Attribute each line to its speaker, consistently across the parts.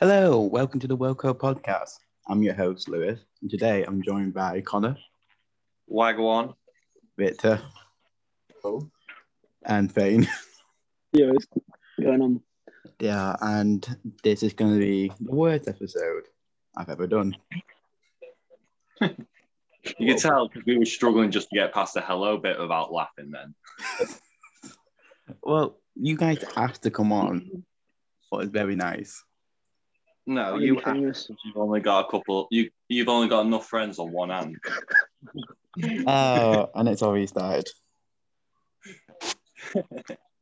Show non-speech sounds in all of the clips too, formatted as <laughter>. Speaker 1: Hello, welcome to the World Cup podcast. I'm your host, Lewis, and today I'm joined by Connor,
Speaker 2: Wagwan.
Speaker 1: Victor,
Speaker 3: Hello.
Speaker 1: and Fane.
Speaker 4: Yeah, what's going on?
Speaker 1: Yeah, and this is going to be the worst episode I've ever done.
Speaker 2: You could tell 'cause we were struggling just to get past the hello bit without laughing then.
Speaker 1: Well, you guys asked to come on, but it's very nice.
Speaker 2: No,
Speaker 4: I'm
Speaker 2: you
Speaker 4: gonna be famous.
Speaker 2: you've only got a couple you you've only got enough friends on one hand.
Speaker 1: Oh, <laughs> and it's already started.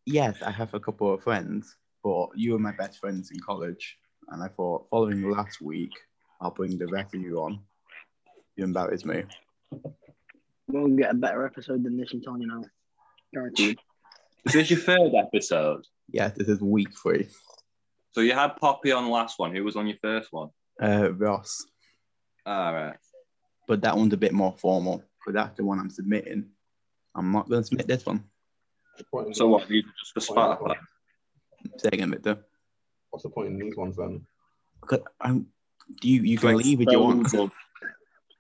Speaker 1: yes, I have a couple of friends, but you were my best friends in college. And I thought, following last week, I'll bring the rest of you on. You embarrassed me.
Speaker 4: We'll get a better episode than this, I'm telling you now. Guaranteed.
Speaker 2: Is this your third episode?
Speaker 1: Yes, this is week three.
Speaker 2: So you had Poppy on last one. Who was on your first one?
Speaker 1: Uh, Ross,
Speaker 2: All right.
Speaker 1: but that one's a bit more formal. But that's the one I'm submitting. I'm not going to submit this one.
Speaker 3: What is
Speaker 2: So
Speaker 3: it?
Speaker 2: what? You just for
Speaker 3: Why
Speaker 2: spark?
Speaker 3: not?
Speaker 1: Say again, Victor.
Speaker 3: What's the point in these ones then?
Speaker 1: 'Cause I'm, you you can leave if you want.
Speaker 2: So-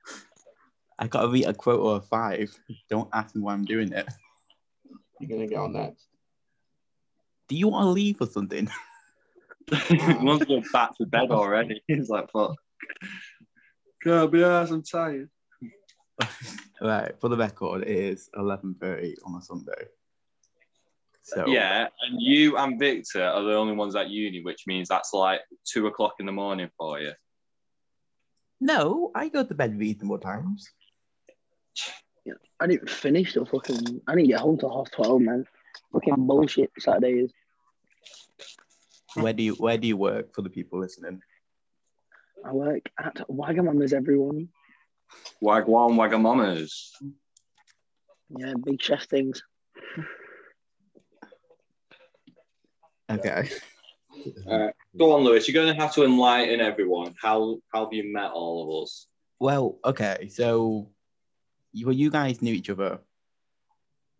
Speaker 1: <laughs> I got to read a quota of five. Don't ask me why I'm doing it.
Speaker 3: You're gonna get on next.
Speaker 1: Do you want to leave or something? <laughs>
Speaker 2: <laughs> he wants to go back to bed already. <laughs> He's like, fuck. God, be honest, I'm tired.
Speaker 1: Right, for the record, it is 11.30 on a Sunday. So,
Speaker 2: Yeah, and you and Victor are the only ones at uni, which means that's like two o'clock in the morning for you.
Speaker 1: No, I go to bed reasonable times.
Speaker 4: I didn't finish the fucking. I didn't get home till half 12, man. Fucking bullshit Saturday is.
Speaker 1: Where do you Where do you work for the people listening?
Speaker 4: I work at Wagamama's, everyone.
Speaker 2: Wagwan Wagamamas.
Speaker 4: Yeah, big chef things.
Speaker 1: Okay. Uh,
Speaker 2: Alright. Go on, Lewis. You're going to have to enlighten everyone. How, how have you met all of us?
Speaker 1: Well, okay, so you, well, you guys knew each other,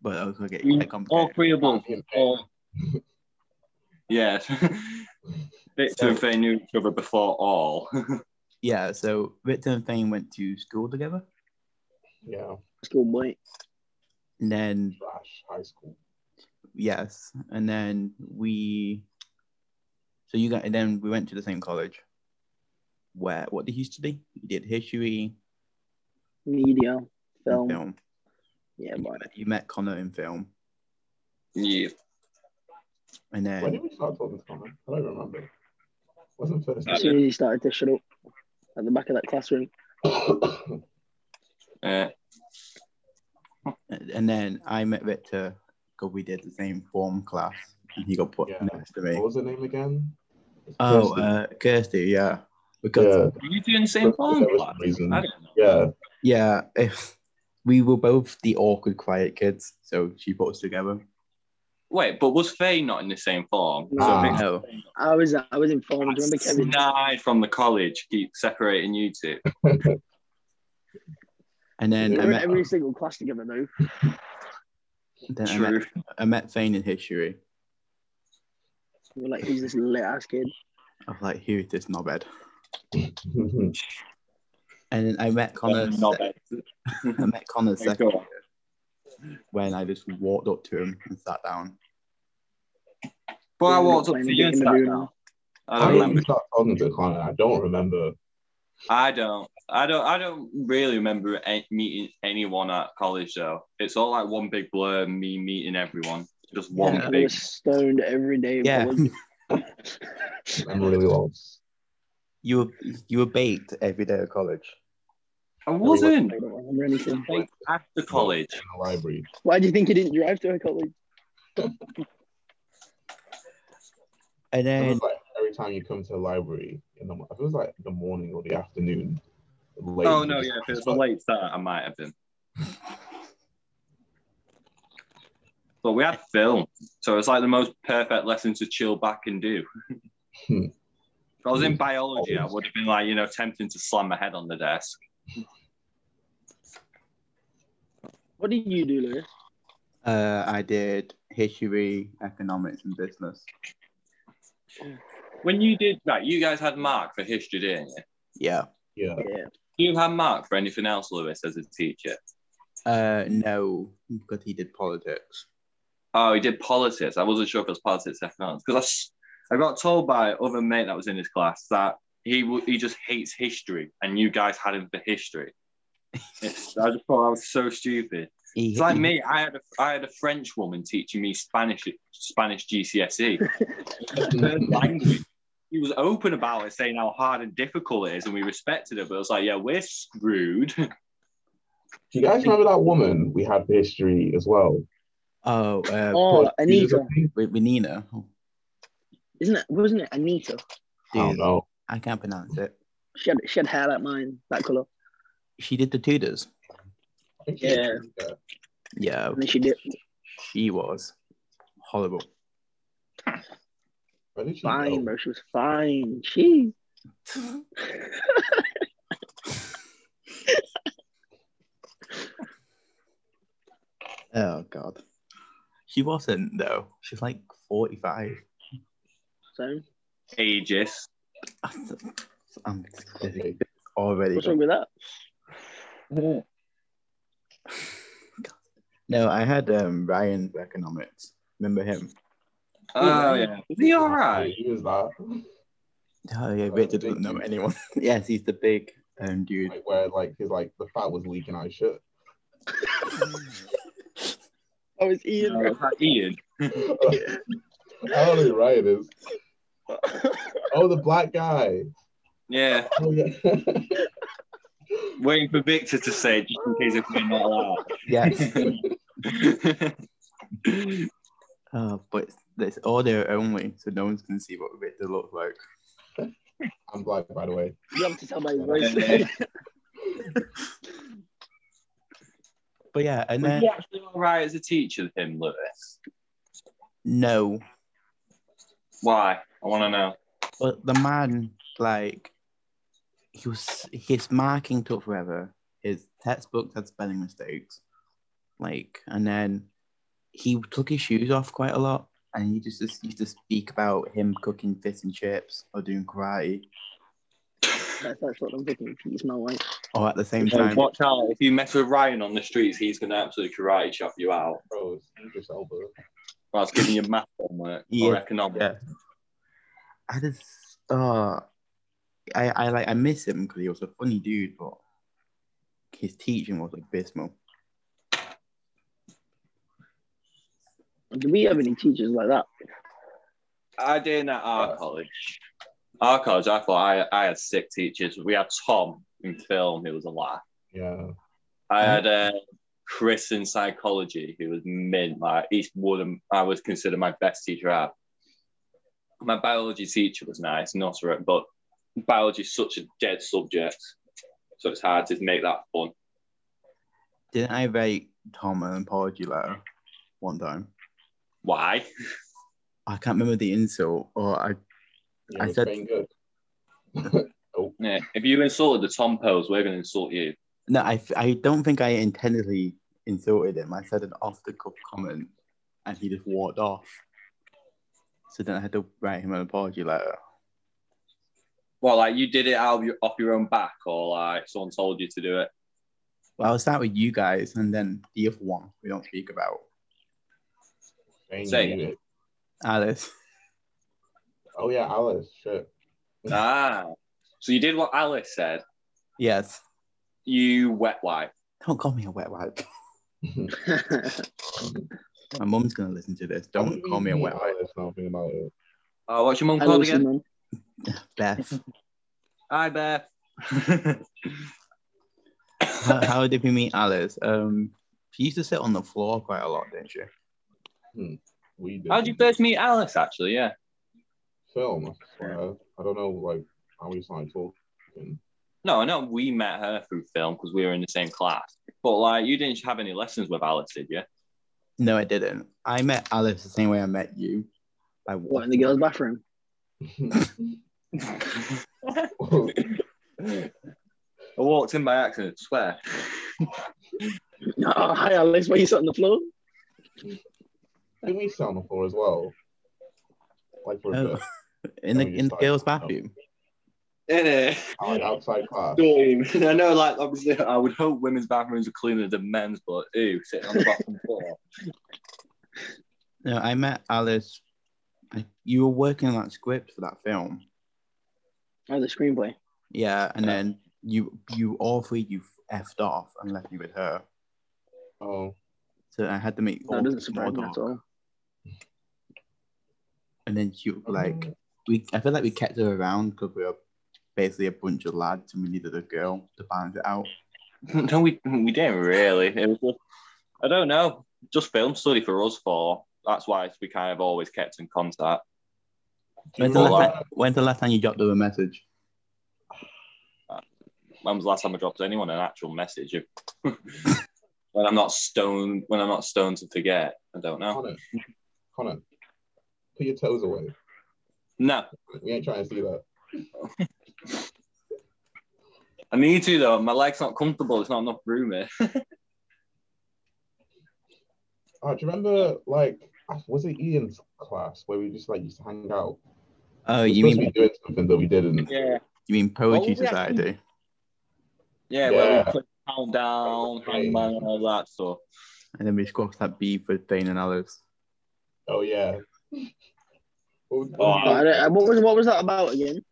Speaker 1: but I was gonna get
Speaker 2: We-
Speaker 1: quite complicated.
Speaker 2: three of them.
Speaker 3: Fucking
Speaker 2: All... <laughs> Yeah. <laughs> Victor and Faye knew each other before all. <laughs>
Speaker 1: Yeah, so Victor and Fane went to school together,
Speaker 3: Yeah,
Speaker 4: School mate.
Speaker 1: and then
Speaker 3: trash high school.
Speaker 1: yes, and then we, so you got, and then we went to the same college. Where what did you study? You did history,
Speaker 4: Media.
Speaker 1: and
Speaker 4: Film.
Speaker 1: film.
Speaker 4: Yeah,
Speaker 1: You
Speaker 4: but
Speaker 1: met- You met Connor in film,
Speaker 2: yeah.
Speaker 1: and
Speaker 3: When
Speaker 1: then
Speaker 3: did we start talking to Connor? I don't remember. Wasn't first.
Speaker 2: Uh,
Speaker 4: as soon as he started to shut up at the back of that classroom,
Speaker 2: Uh,
Speaker 1: and then I met Victor because we did the same form class, and he got put
Speaker 3: Yeah.
Speaker 1: next to me.
Speaker 3: <coughs> what was the name again?
Speaker 1: Oh,
Speaker 3: Kirsty.
Speaker 1: uh, Kirsty, yeah. Because
Speaker 3: yeah,
Speaker 2: were you doing the same form
Speaker 3: There was
Speaker 2: class?
Speaker 3: reason.
Speaker 2: I don't know.
Speaker 3: yeah.
Speaker 1: yeah, if we were both the awkward, quiet kids, so she put us together.
Speaker 2: Wait, but was Faye not in the same form?
Speaker 4: No.
Speaker 2: So
Speaker 3: Ah.
Speaker 2: Victor
Speaker 1: No,
Speaker 4: I was I was informed. Remember Kevin?
Speaker 2: Snide from the college, keep separating you two.
Speaker 1: and then
Speaker 4: we
Speaker 1: I
Speaker 4: were in
Speaker 1: met,
Speaker 4: every single class together though.
Speaker 1: then I met
Speaker 2: True.
Speaker 1: I met Fane in history.
Speaker 4: We were like, who's this lit ass kid?
Speaker 1: I was like, who is this knobhead?
Speaker 3: Mhm.
Speaker 1: And then I met
Speaker 2: <laughs>
Speaker 1: Connor.
Speaker 2: Um,
Speaker 1: sec- I met Connor
Speaker 2: Hey,
Speaker 1: second
Speaker 2: go on.
Speaker 1: when I just walked up to him and sat down.
Speaker 2: But I
Speaker 4: We were
Speaker 2: walked up
Speaker 4: playing
Speaker 2: to
Speaker 4: a
Speaker 2: you
Speaker 4: game
Speaker 2: and
Speaker 4: of
Speaker 2: sat
Speaker 4: Uno.
Speaker 2: down. <laughs> I
Speaker 3: How
Speaker 2: don't
Speaker 3: did we
Speaker 2: remember.
Speaker 3: start talking to Connor? I don't remember.
Speaker 2: I don't. I don't. I don't really remember a- meeting anyone at college though. It's all like one big blur. Me meeting everyone. Just one
Speaker 1: Yeah.
Speaker 4: I
Speaker 2: big.
Speaker 4: was stoned every day. in
Speaker 1: Yeah.
Speaker 4: college.
Speaker 3: I'm really lost.
Speaker 1: You were you were baked every day at college.
Speaker 2: I wasn't.
Speaker 4: I don't remember anything.
Speaker 2: Like, After college,
Speaker 3: in the library.
Speaker 4: Why do you think he didn't drive to a college?
Speaker 1: And
Speaker 3: It
Speaker 1: then
Speaker 3: was like every time you come to the library in the, mo- I think it was like the morning or the afternoon. Late,
Speaker 2: oh no, yeah, if it was a late start, I might have been. But we had film, so it's like the most perfect lesson to chill back and do.
Speaker 3: Hmm.
Speaker 2: if I was in biology, I would have been like, you know, tempting to slam my head on the desk.
Speaker 4: What did you do, Lewis?
Speaker 1: Oh. uh, I did history, economics, and business.
Speaker 2: When you did right, you guys had Mark for history, didn't you?
Speaker 1: Yeah.
Speaker 3: Yeah.
Speaker 4: Yeah.
Speaker 2: Do you have Mark for anything else, Lewis, as a teacher?
Speaker 1: Uh, no, because he did politics.
Speaker 2: Oh, he did politics. I wasn't sure if it was politics or economics because I, s- I got told by other mate that was in his class that he w- he just hates history, and you guys had him for <laughs> history. It's- I just thought I was so stupid.
Speaker 1: He,
Speaker 2: It's like
Speaker 1: he-
Speaker 2: me. I had a I had a French woman teaching me Spanish Spanish <laughs> GCSE. Her E. language. She was open about it, saying how hard and difficult it is, and we respected her. But it was like, yeah, we're screwed. <laughs>
Speaker 3: Do you guys remember that woman we had for history as well?
Speaker 1: Oh, uh,
Speaker 4: Oh, Anita,
Speaker 1: with, with Nina. Oh,
Speaker 4: isn't it? Wasn't it Anita?
Speaker 3: I don't
Speaker 1: dude,
Speaker 3: know.
Speaker 1: I can't pronounce it.
Speaker 4: She had she had hair like mine, that color.
Speaker 1: She did the Tudors.
Speaker 3: I think she was
Speaker 4: Yeah.
Speaker 3: there.
Speaker 1: Yeah,
Speaker 4: And then she did.
Speaker 1: she was horrible.
Speaker 3: Where did she
Speaker 4: Fine,
Speaker 3: go?
Speaker 4: bro. She was fine. She.
Speaker 1: Oh God, she wasn't though. She's like forty-five.
Speaker 4: So
Speaker 2: Aegis.
Speaker 1: <laughs> I'm
Speaker 3: Okay.
Speaker 1: already.
Speaker 4: what's wrong with that?
Speaker 1: No, I had um, Ryan for economics. Remember him?
Speaker 2: Oh yeah. Is he all right?
Speaker 3: Who was that?
Speaker 1: Oh yeah,
Speaker 3: Oh,
Speaker 1: Richard
Speaker 3: the big
Speaker 1: doesn't know
Speaker 3: dude.
Speaker 1: anyone. <laughs> yes, he's the big um, <laughs> dude.
Speaker 3: Like where like his like the fat was leaking out his shirt.
Speaker 4: Oh, it's Ian.
Speaker 2: No,
Speaker 4: bro.
Speaker 2: is that Ian.
Speaker 3: <laughs> I don't know who Ryan is. Oh, the black guy.
Speaker 2: Yeah.
Speaker 3: Oh, yeah. <laughs>
Speaker 2: Waiting for Victor to say it, just in case if we're not
Speaker 1: <laughs> Yes. <laughs>
Speaker 2: allowed.
Speaker 1: Uh, but it's- it's audio only, so no one's gonna see what Victor looks like.
Speaker 3: I'm black, by the way.
Speaker 4: You have to tell by his voice.
Speaker 2: Yeah.
Speaker 1: But yeah, and
Speaker 2: Was
Speaker 1: then
Speaker 2: he actually all right as a teacher, him, Lewis?
Speaker 1: no,
Speaker 2: Why? I want to know.
Speaker 1: but the man like he was his marking took forever. His textbooks had spelling mistakes, like, and then he took his shoes off quite a lot, and he just, just used to speak about him cooking fish and chips or doing karate,
Speaker 4: <laughs> That's, that's what I'm thinking. He's my wife.
Speaker 1: or at the same
Speaker 2: Well,
Speaker 1: time.
Speaker 2: Watch out. If you mess with Ryan on the streets, he's going to absolutely karate chop you out.
Speaker 3: Bro, it's Idris Elba.
Speaker 2: Whilst giving you math homework
Speaker 1: Yeah.
Speaker 2: or economics.
Speaker 1: Yeah. I just uh I, I like I miss him because he was a funny dude, but his teaching was abysmal.
Speaker 4: Do we have any teachers like that? <laughs>
Speaker 2: I did at our college. Our college, I thought I, I had sick teachers. We had Tom in film, who was a laugh.
Speaker 3: Yeah.
Speaker 2: I had uh, Chris in psychology, who was mint. Like East Woodham, I was considered my best teacher out. My biology teacher was nice, not a rep, but biology is such a dead subject, so it's hard to make that fun.
Speaker 1: Didn't I write Tom an apology letter one time?
Speaker 2: Why?
Speaker 1: I can't remember the insult, or I
Speaker 3: yeah
Speaker 1: I
Speaker 3: I
Speaker 1: said-
Speaker 3: said. Good.
Speaker 2: Yeah. If you insulted the Tom Pose, we're going to insult you.
Speaker 1: no, I, I don't think I intentionally insulted him. I said an off the cuff comment, and he just walked off. So then I had to write him an apology letter.
Speaker 2: Well, like you did it out of your, off your own back, or like someone told you to do it.
Speaker 1: Well, I'll start with you guys, and then the other one we don't speak about.
Speaker 3: Shane
Speaker 2: Say it.
Speaker 3: knew it.
Speaker 1: Alice.
Speaker 3: Oh yeah, Alice. Shit.
Speaker 2: Ah, so you did what Alice said.
Speaker 1: Yes.
Speaker 2: You wet wipe.
Speaker 1: Don't call me a wet wipe. My mum's gonna listen to this. Don't call me a wet wipe.
Speaker 3: Alice. Now thinking about it.
Speaker 2: Oh, what's your mum
Speaker 4: Hello,
Speaker 2: called again?
Speaker 4: Simon.
Speaker 1: Beth.
Speaker 2: Hi, Beth.
Speaker 1: how, how did we meet Alice? Um, she used to sit on the floor quite a lot, didn't she?
Speaker 3: We did.
Speaker 2: How'd you first meet Alice, actually? Yeah.
Speaker 3: film? I swear. I don't know. Like how we started talking.
Speaker 2: No, I know we met her through film because we were in the same class. But, like, you didn't have any lessons with Alice, did you?
Speaker 1: No, I didn't. I met Alice the same way I met you. By
Speaker 4: What in the girls' bathroom?
Speaker 2: <laughs>
Speaker 4: <laughs>
Speaker 2: I walked in by accident, swear.
Speaker 4: Oh, hi, Alice. Why you sat on the floor?
Speaker 3: Did we sit on the floor as well? Like for a
Speaker 1: Oh.
Speaker 3: bit.
Speaker 1: in the
Speaker 3: Oh, you
Speaker 1: in the
Speaker 3: started
Speaker 1: girls'
Speaker 3: that up.
Speaker 1: bathroom.
Speaker 2: Innit?
Speaker 3: Like outside class.
Speaker 2: Don't even- <laughs> I know, like, obviously, I would hope women's bathrooms are cleaner than men's, but ew, sitting on the bottom <laughs> floor.
Speaker 1: No, I met Alice. I, you were working on that script for that film.
Speaker 4: Oh, the screenplay.
Speaker 1: Yeah, and
Speaker 2: Yeah.
Speaker 1: then you you all three you effed off and left me with her.
Speaker 3: Oh,
Speaker 1: So I had to make all
Speaker 4: That doesn't
Speaker 1: the small
Speaker 4: surprise me
Speaker 1: talk.
Speaker 4: at all.
Speaker 1: And then she
Speaker 4: Mm-hmm.
Speaker 1: was like we I feel like we kept her around because we were basically a bunch of lads and we needed a girl to balance it out.
Speaker 2: no, we, we didn't really. It was just, I don't know, just film study for us four. That's why we kind of always kept in contact.
Speaker 3: do you
Speaker 1: When's the,
Speaker 2: know
Speaker 3: remember,
Speaker 1: last time, when's the last time you dropped her a message?
Speaker 2: When was the last time I dropped anyone an actual message? If- <laughs> when I'm not stoned, when I'm not stoned to forget, I don't know.
Speaker 3: Connor, Connor, put your toes away.
Speaker 2: No,
Speaker 3: We ain't trying to see that.
Speaker 2: I need to though. My leg's not comfortable. It's not enough room here.
Speaker 3: Oh, do you remember, like, was it Ian's class where we just like used to hang out?
Speaker 1: Oh,
Speaker 3: We were
Speaker 1: you
Speaker 3: supposed to
Speaker 1: mean
Speaker 3: be doing something that we
Speaker 2: <laughs>
Speaker 3: didn't?
Speaker 2: yeah,
Speaker 1: you mean poetry
Speaker 2: Oh, yeah.
Speaker 1: society?
Speaker 2: yeah. Where we
Speaker 3: Yeah.
Speaker 2: put pound down,
Speaker 3: Right.
Speaker 2: hangman, and all that <laughs> stuff.
Speaker 1: And then we squashed that beef with Dane and Alice. <laughs>
Speaker 3: Oh yeah. What was-
Speaker 2: Oh,
Speaker 4: But I don't- what was what was that about again?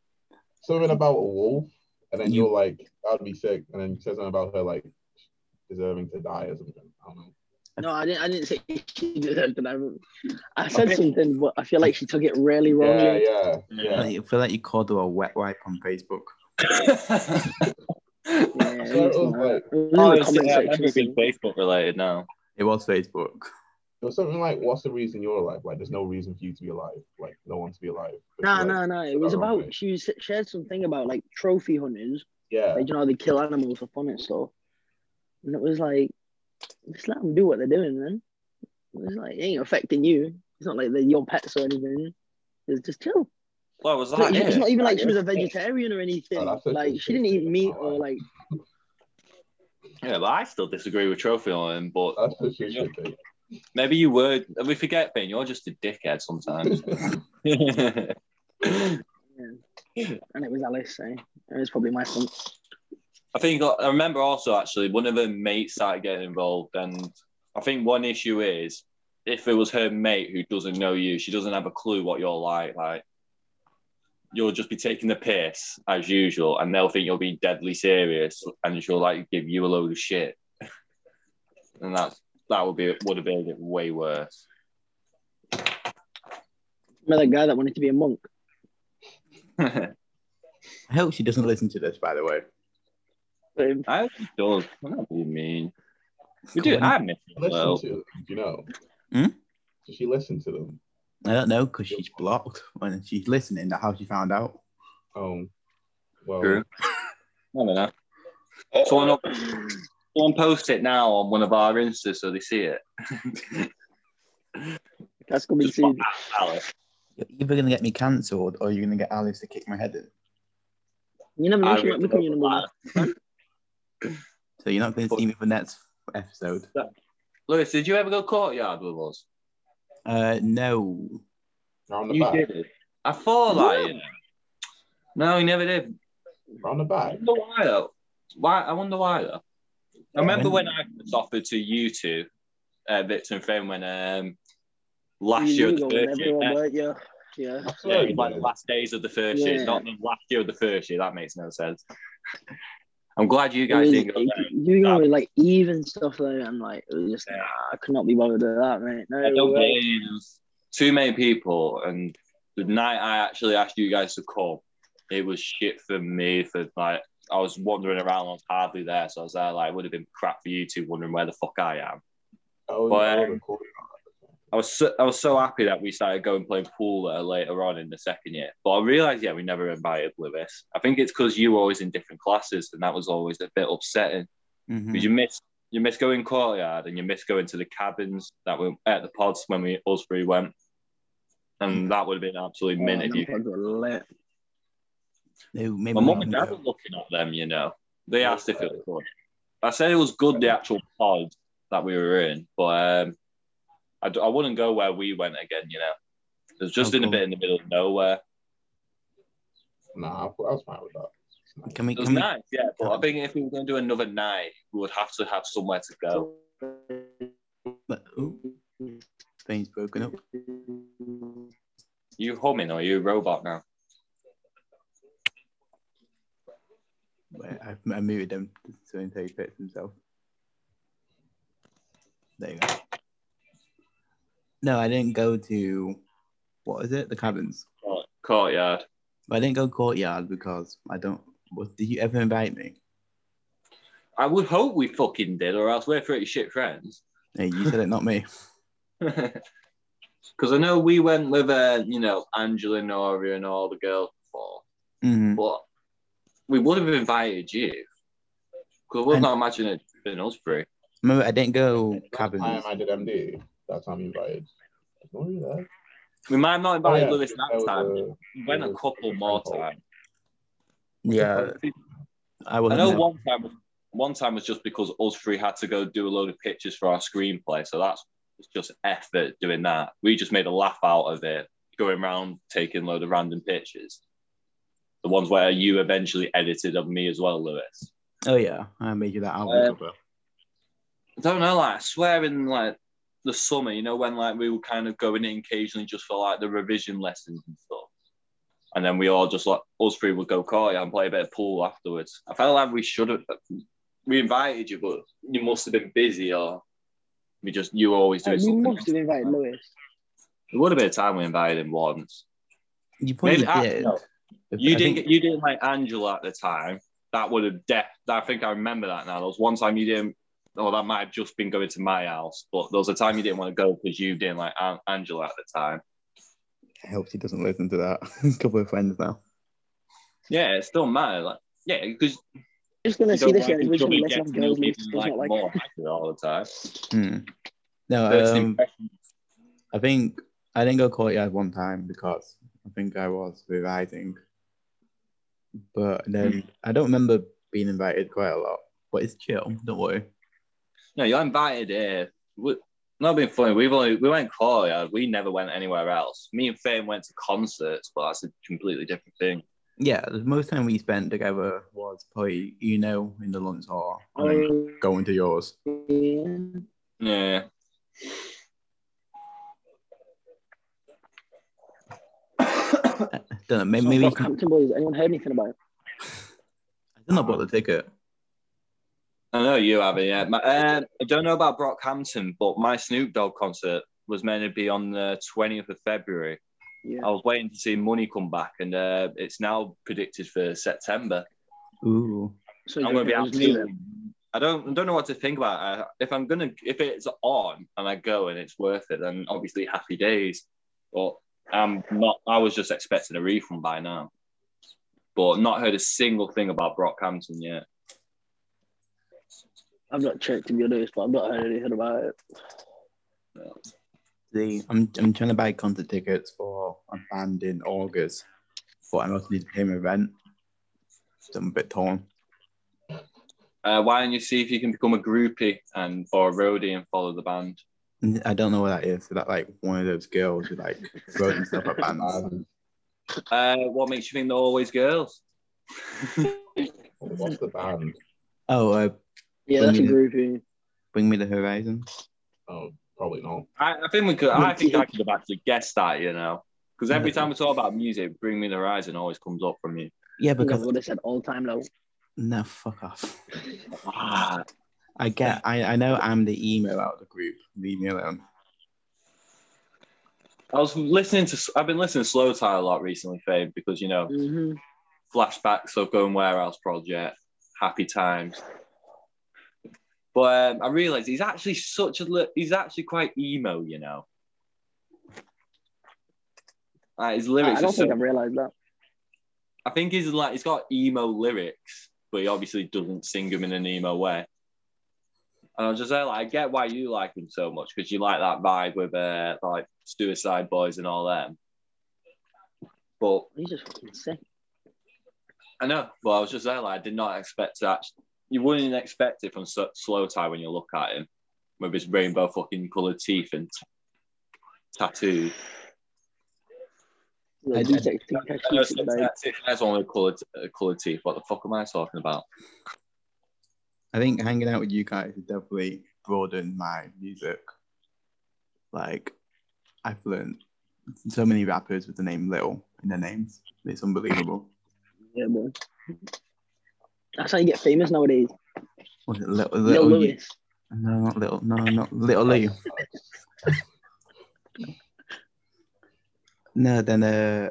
Speaker 3: something about a wolf, and then
Speaker 1: You-
Speaker 3: you're like, "That'd be sick," and then you said something about her like deserving to die or something. I don't know.
Speaker 4: No, I didn't. I didn't say <laughs> she did that, but I, I said
Speaker 2: Okay.
Speaker 4: something, but I feel like she took it really wrongly.
Speaker 3: Yeah, yeah, yeah.
Speaker 1: Like, I feel like you called her a wet wipe on Facebook.
Speaker 4: Yeah,
Speaker 3: I
Speaker 4: it
Speaker 3: thought it
Speaker 4: was
Speaker 3: was
Speaker 4: mad.
Speaker 3: like-
Speaker 4: It was in
Speaker 2: Honestly,
Speaker 4: the comment
Speaker 2: Oh, yeah,
Speaker 4: section,
Speaker 2: everything
Speaker 4: so-
Speaker 2: Facebook related now.
Speaker 1: It was Facebook.
Speaker 3: It was something like, "What's the reason you're alive? Like, there's no reason for you to be alive. Like, no one to be alive." But,
Speaker 4: No,
Speaker 3: like,
Speaker 4: no, no. It was
Speaker 3: Oh,
Speaker 4: about
Speaker 3: right.
Speaker 4: she s- shared something about like trophy hunters.
Speaker 3: Yeah,
Speaker 4: Like you know, they kill animals for fun and stuff. And it was like, just let them do what they're doing, man. It's like it ain't affecting you. It's not like they're your pets or anything. It's just chill.
Speaker 2: Well, was
Speaker 4: It's
Speaker 2: that
Speaker 4: not, it's
Speaker 2: it?
Speaker 4: not even like she was a vegetarian or anything.
Speaker 3: Oh, that's it.
Speaker 4: like she didn't eat meat or like.
Speaker 2: Yeah, but I still disagree with trophy on, but
Speaker 3: that's what she should do.
Speaker 2: maybe you were. We forget, Ben. You're just a dickhead <laughs> sometimes.
Speaker 4: And it was Alice, so it was probably my son.
Speaker 2: I think I remember also actually one of her mates started getting involved, and I think one issue is if it was her mate who doesn't know you, she doesn't have a clue what you're like. Like you'll just be taking the piss as usual, and they'll think you'll be deadly serious, and she'll like give you a load of shit, <laughs> and that's that would be would have made it way worse. <laughs>
Speaker 4: Another guy that wanted to be a monk.
Speaker 2: I
Speaker 1: I hope she doesn't listen to this, by the way.
Speaker 4: But it-
Speaker 2: hope she does. What do you mean? We do.
Speaker 1: Cool.
Speaker 2: I miss her.
Speaker 3: Listen
Speaker 2: Well,
Speaker 3: to them, you know.
Speaker 1: Hmm?
Speaker 3: Did she listen to them?
Speaker 1: I don't know because she's blocked when she's listening. That's how she found out.
Speaker 3: Um, well,
Speaker 2: True. I don't know. Someone, up, someone post it now on one of our Instas so they see it.
Speaker 4: that's gonna be
Speaker 2: Just pop
Speaker 4: soon.
Speaker 2: Alice.
Speaker 1: You're either gonna get me cancelled or you're gonna get Alice to kick my head in.
Speaker 4: You never know,
Speaker 2: I
Speaker 4: she might
Speaker 2: really
Speaker 4: become your number one.
Speaker 2: love
Speaker 1: So you're not gonna see me for next episode.
Speaker 2: Lewis, did you ever go courtyard with us?
Speaker 1: Uh, no.
Speaker 3: round the
Speaker 2: You
Speaker 3: back,
Speaker 2: did. I thought like
Speaker 4: Yeah.
Speaker 2: you know. No, you never did.
Speaker 3: round the
Speaker 2: I
Speaker 3: back.
Speaker 2: wonder why though. Why? I wonder why though. I remember
Speaker 1: when-
Speaker 2: when I was offered to you two, uh, Victor and Finn, when um, last
Speaker 4: You-
Speaker 2: year
Speaker 4: you
Speaker 2: of the
Speaker 4: go with
Speaker 2: first year.
Speaker 4: everyone, right? Yeah, yeah.
Speaker 3: That's
Speaker 2: Yeah,
Speaker 3: right,
Speaker 2: it's like
Speaker 3: man.
Speaker 2: last days of the first year,
Speaker 4: Yeah.
Speaker 2: not the last year of the first year. That makes no sense. I'm glad you
Speaker 4: It was-
Speaker 2: guys didn't go.
Speaker 4: it- You go with like even stuff though. I'm like, it was just nah, I could not be bothered with that, mate. No,
Speaker 2: I don't
Speaker 4: way.
Speaker 2: believe too many people. And the night I actually asked you guys to come, it was shit for me. For like, I was wandering around. I was hardly there, so I was there. Like, it would have been crap for you two wondering where the fuck I am.
Speaker 3: Oh,
Speaker 2: But,
Speaker 3: yeah,
Speaker 2: um,
Speaker 3: cool.
Speaker 2: I was so, I was so happy that we started going playing pool there later on in the second year. But I realised, yeah, we never invited Lewis. I think it's because you were always in different classes, and that was always a bit upsetting.
Speaker 1: Mhm.
Speaker 2: Because you miss you miss going courtyard, and you miss going to the cabins that were at the pods when we us three went,
Speaker 1: Mm.
Speaker 2: and that would have been absolutely
Speaker 4: Oh,
Speaker 2: mint if
Speaker 4: them
Speaker 2: you.
Speaker 4: pods were lit.
Speaker 1: No, maybe
Speaker 2: My mum
Speaker 1: not.
Speaker 2: and dad were looking at them, you know. They asked if it was good. I said it was good, the actual pod that we were in, but um, I, d- I wouldn't go where we went again, you know. It was just
Speaker 1: Oh,
Speaker 2: in a
Speaker 1: cool.
Speaker 2: bit in the middle of nowhere.
Speaker 3: Nah, I thought I was fine with that. It's nice.
Speaker 1: Can we?
Speaker 2: It was
Speaker 1: Can we
Speaker 2: nice, yeah. But I think if we were going to do another night, we would have to have somewhere to go.
Speaker 1: but, ooh, Spain's broken up.
Speaker 2: You humming or you a robot now?
Speaker 1: Wait, I, I muted him so he takes it himself. There you go. No, I didn't go to what is it? The cabins.
Speaker 2: Courtyard.
Speaker 1: But I didn't go courtyard because I don't. What, did you ever invite me?
Speaker 2: I would hope we fucking did, or else we're pretty shit friends. <laughs>
Speaker 1: Hey, you said it, not me.
Speaker 2: Because I know we went with, uh, you know, Angela Noria and all the girls before,
Speaker 1: Mhm.
Speaker 2: but we would have invited you. Because I would
Speaker 1: And-
Speaker 2: not imagine it been us three.
Speaker 1: Remember, I didn't go
Speaker 3: I am
Speaker 1: cabins.
Speaker 3: I did MD. That time you invited. No, you there.
Speaker 2: We might not
Speaker 3: Oh,
Speaker 2: invite
Speaker 3: yeah,
Speaker 2: Lewis
Speaker 3: there
Speaker 2: that
Speaker 3: was
Speaker 2: time.
Speaker 3: a-
Speaker 2: We went a couple more times.
Speaker 1: Yeah, I
Speaker 2: I
Speaker 1: wasn't.
Speaker 2: know
Speaker 1: there.
Speaker 2: one time was one time was just because us three had to go do a load of pictures for our screenplay, so that's it's just effort doing that. We just made a laugh out of it, going around taking a load of random pictures. The ones where you eventually edited of me as well, Lewis.
Speaker 1: Oh yeah, I made you that album
Speaker 2: Uh,
Speaker 1: cover.
Speaker 2: I don't know, like I swear in like the summer, you know, when like we were kind of going in occasionally just for like the revision lessons and stuff. And then we all just like us three would go courtyard and play a bit of pool afterwards. I felt like we should have we invited you, but you must have been busy or we just you were always doing
Speaker 4: Uh, You
Speaker 2: something.
Speaker 4: must have
Speaker 2: else.
Speaker 4: invited Lewis.
Speaker 2: It would have been a time we invited him once.
Speaker 1: You probably
Speaker 2: I-
Speaker 1: did.
Speaker 2: no.
Speaker 1: If-
Speaker 2: You
Speaker 1: I think-
Speaker 2: didn't get you didn't like Angela at the time. That would have def I think I remember that now. There was one time you didn't oh that might have just been going to my house, but there was a time you didn't want to go because you didn't like An- Angela at the time.
Speaker 1: I hope he doesn't listen to that. <laughs> a couple of friends now.
Speaker 2: Yeah, it still matters. Like yeah, because
Speaker 4: Just gonna
Speaker 2: you
Speaker 4: see
Speaker 2: don't
Speaker 4: this
Speaker 2: like
Speaker 4: guy.
Speaker 2: each
Speaker 4: We're
Speaker 2: other,
Speaker 4: gonna
Speaker 2: you
Speaker 4: let
Speaker 2: get
Speaker 4: off
Speaker 2: to know
Speaker 4: girls. Lewis
Speaker 2: people
Speaker 4: does
Speaker 2: you like
Speaker 4: not like. <laughs>
Speaker 2: more all the time.
Speaker 1: Hmm. No,
Speaker 2: First
Speaker 1: um,
Speaker 2: impression.
Speaker 1: I think I didn't go courtyard one time because I think I was revising. But then
Speaker 2: Hmm.
Speaker 1: I don't remember being invited quite a lot. But it's chill. Don't worry.
Speaker 2: No, you're invited here. We, not being funny, we've only we went courtyard. We never went anywhere else. Me and Fame went to concerts, but that's a completely different thing.
Speaker 1: Yeah, the most time we spent together was probably you know in the lunch hall and then
Speaker 4: Oh,
Speaker 1: going to yours.
Speaker 4: yeah.
Speaker 2: Yeah. <coughs>
Speaker 1: don't know. Maybe,
Speaker 4: So
Speaker 1: maybe I
Speaker 4: Southampton boys. Anyone heard anything about it?
Speaker 1: don't know about the ticket.
Speaker 2: I know you have it, yeah. My, um, I don't know about Brockhampton, but my Snoop Dogg concert was meant to be on the 20th of February.
Speaker 4: Yeah.
Speaker 2: I was waiting to see money come back, and uh, it's now predicted for September.
Speaker 1: Ooh,
Speaker 4: So
Speaker 2: I'm
Speaker 4: you're
Speaker 2: going to be
Speaker 4: gonna just leave
Speaker 2: absolutely. I don't, I don't know what to think about. I, if I'm gonna, if it's on and I go and it's worth it, then obviously happy days. But I'm not. I was just expecting a refund by now, but not heard a single thing about Brockhampton yet.
Speaker 4: it? I've not checked to be honest, but I've not heard anything about it.
Speaker 1: see, I'm I'm trying to buy concert tickets for a band in August, but I also need to pay my rent. So I'm a bit torn.
Speaker 2: Uh, why don't you see if you can become a groupie and or a roadie and follow the band?
Speaker 1: N- I don't know what that is. So that like one of those girls who like wrote himself up bands.
Speaker 3: Um,
Speaker 2: Uh, what makes you think they're always girls?
Speaker 3: what's the band?
Speaker 1: Oh, uh,
Speaker 4: Yeah, that's a
Speaker 1: Yeah.
Speaker 4: groupie.
Speaker 1: bring me the horizon.
Speaker 3: Oh, probably not.
Speaker 2: I, I think we could. I think I could have actually guessed that, you know, because every time we talk about music, "Bring Me the Horizon" always comes up from you.
Speaker 1: Yeah,
Speaker 4: Because
Speaker 1: because
Speaker 4: I would have said all time low.
Speaker 1: no, fuck off.
Speaker 2: Ah,
Speaker 1: I get. I, I know I'm the emo out of the group. Leave me alone.
Speaker 2: I was listening to. I've been listening to Slow Tie a lot recently, Fabe, because you know
Speaker 4: Mm-hmm.
Speaker 2: flashbacks of Going Warehouse Project, Happy Times. But um, I realised he's actually such a. li- He's actually quite emo, you know. Like his lyrics.
Speaker 4: I
Speaker 2: are
Speaker 4: don't
Speaker 2: so-
Speaker 4: think I've realised that.
Speaker 2: I think he's like he's got emo lyrics, but he obviously doesn't sing them in an emo way. And I was just there, like, I get why you like him so much because you like that vibe with uh, like Suicide Boys and all them. But
Speaker 4: He's just fucking sick.
Speaker 2: I know, but I was just there, like, I did not expect to actually. You wouldn't expect it from so, Slow Tie when you look at him with his rainbow fucking coloured teeth and t- tattoos.
Speaker 4: Like,
Speaker 1: I- I-
Speaker 4: detect- detect-
Speaker 2: I know
Speaker 4: detect- like,
Speaker 2: that's it. That's only colour uh, colour teeth. What the fuck am I talking about?
Speaker 1: I think hanging out with you guys has definitely broadened my music. Like, I've learned so many rappers with the name Lil in their names. It's unbelievable.
Speaker 4: Yeah, bro. That's how you get famous nowadays.
Speaker 1: Was it Lil,
Speaker 4: Lil
Speaker 1: Lil, Ye-
Speaker 4: Louis.
Speaker 1: No, not Lil. No, not Little Lee. No, then uh,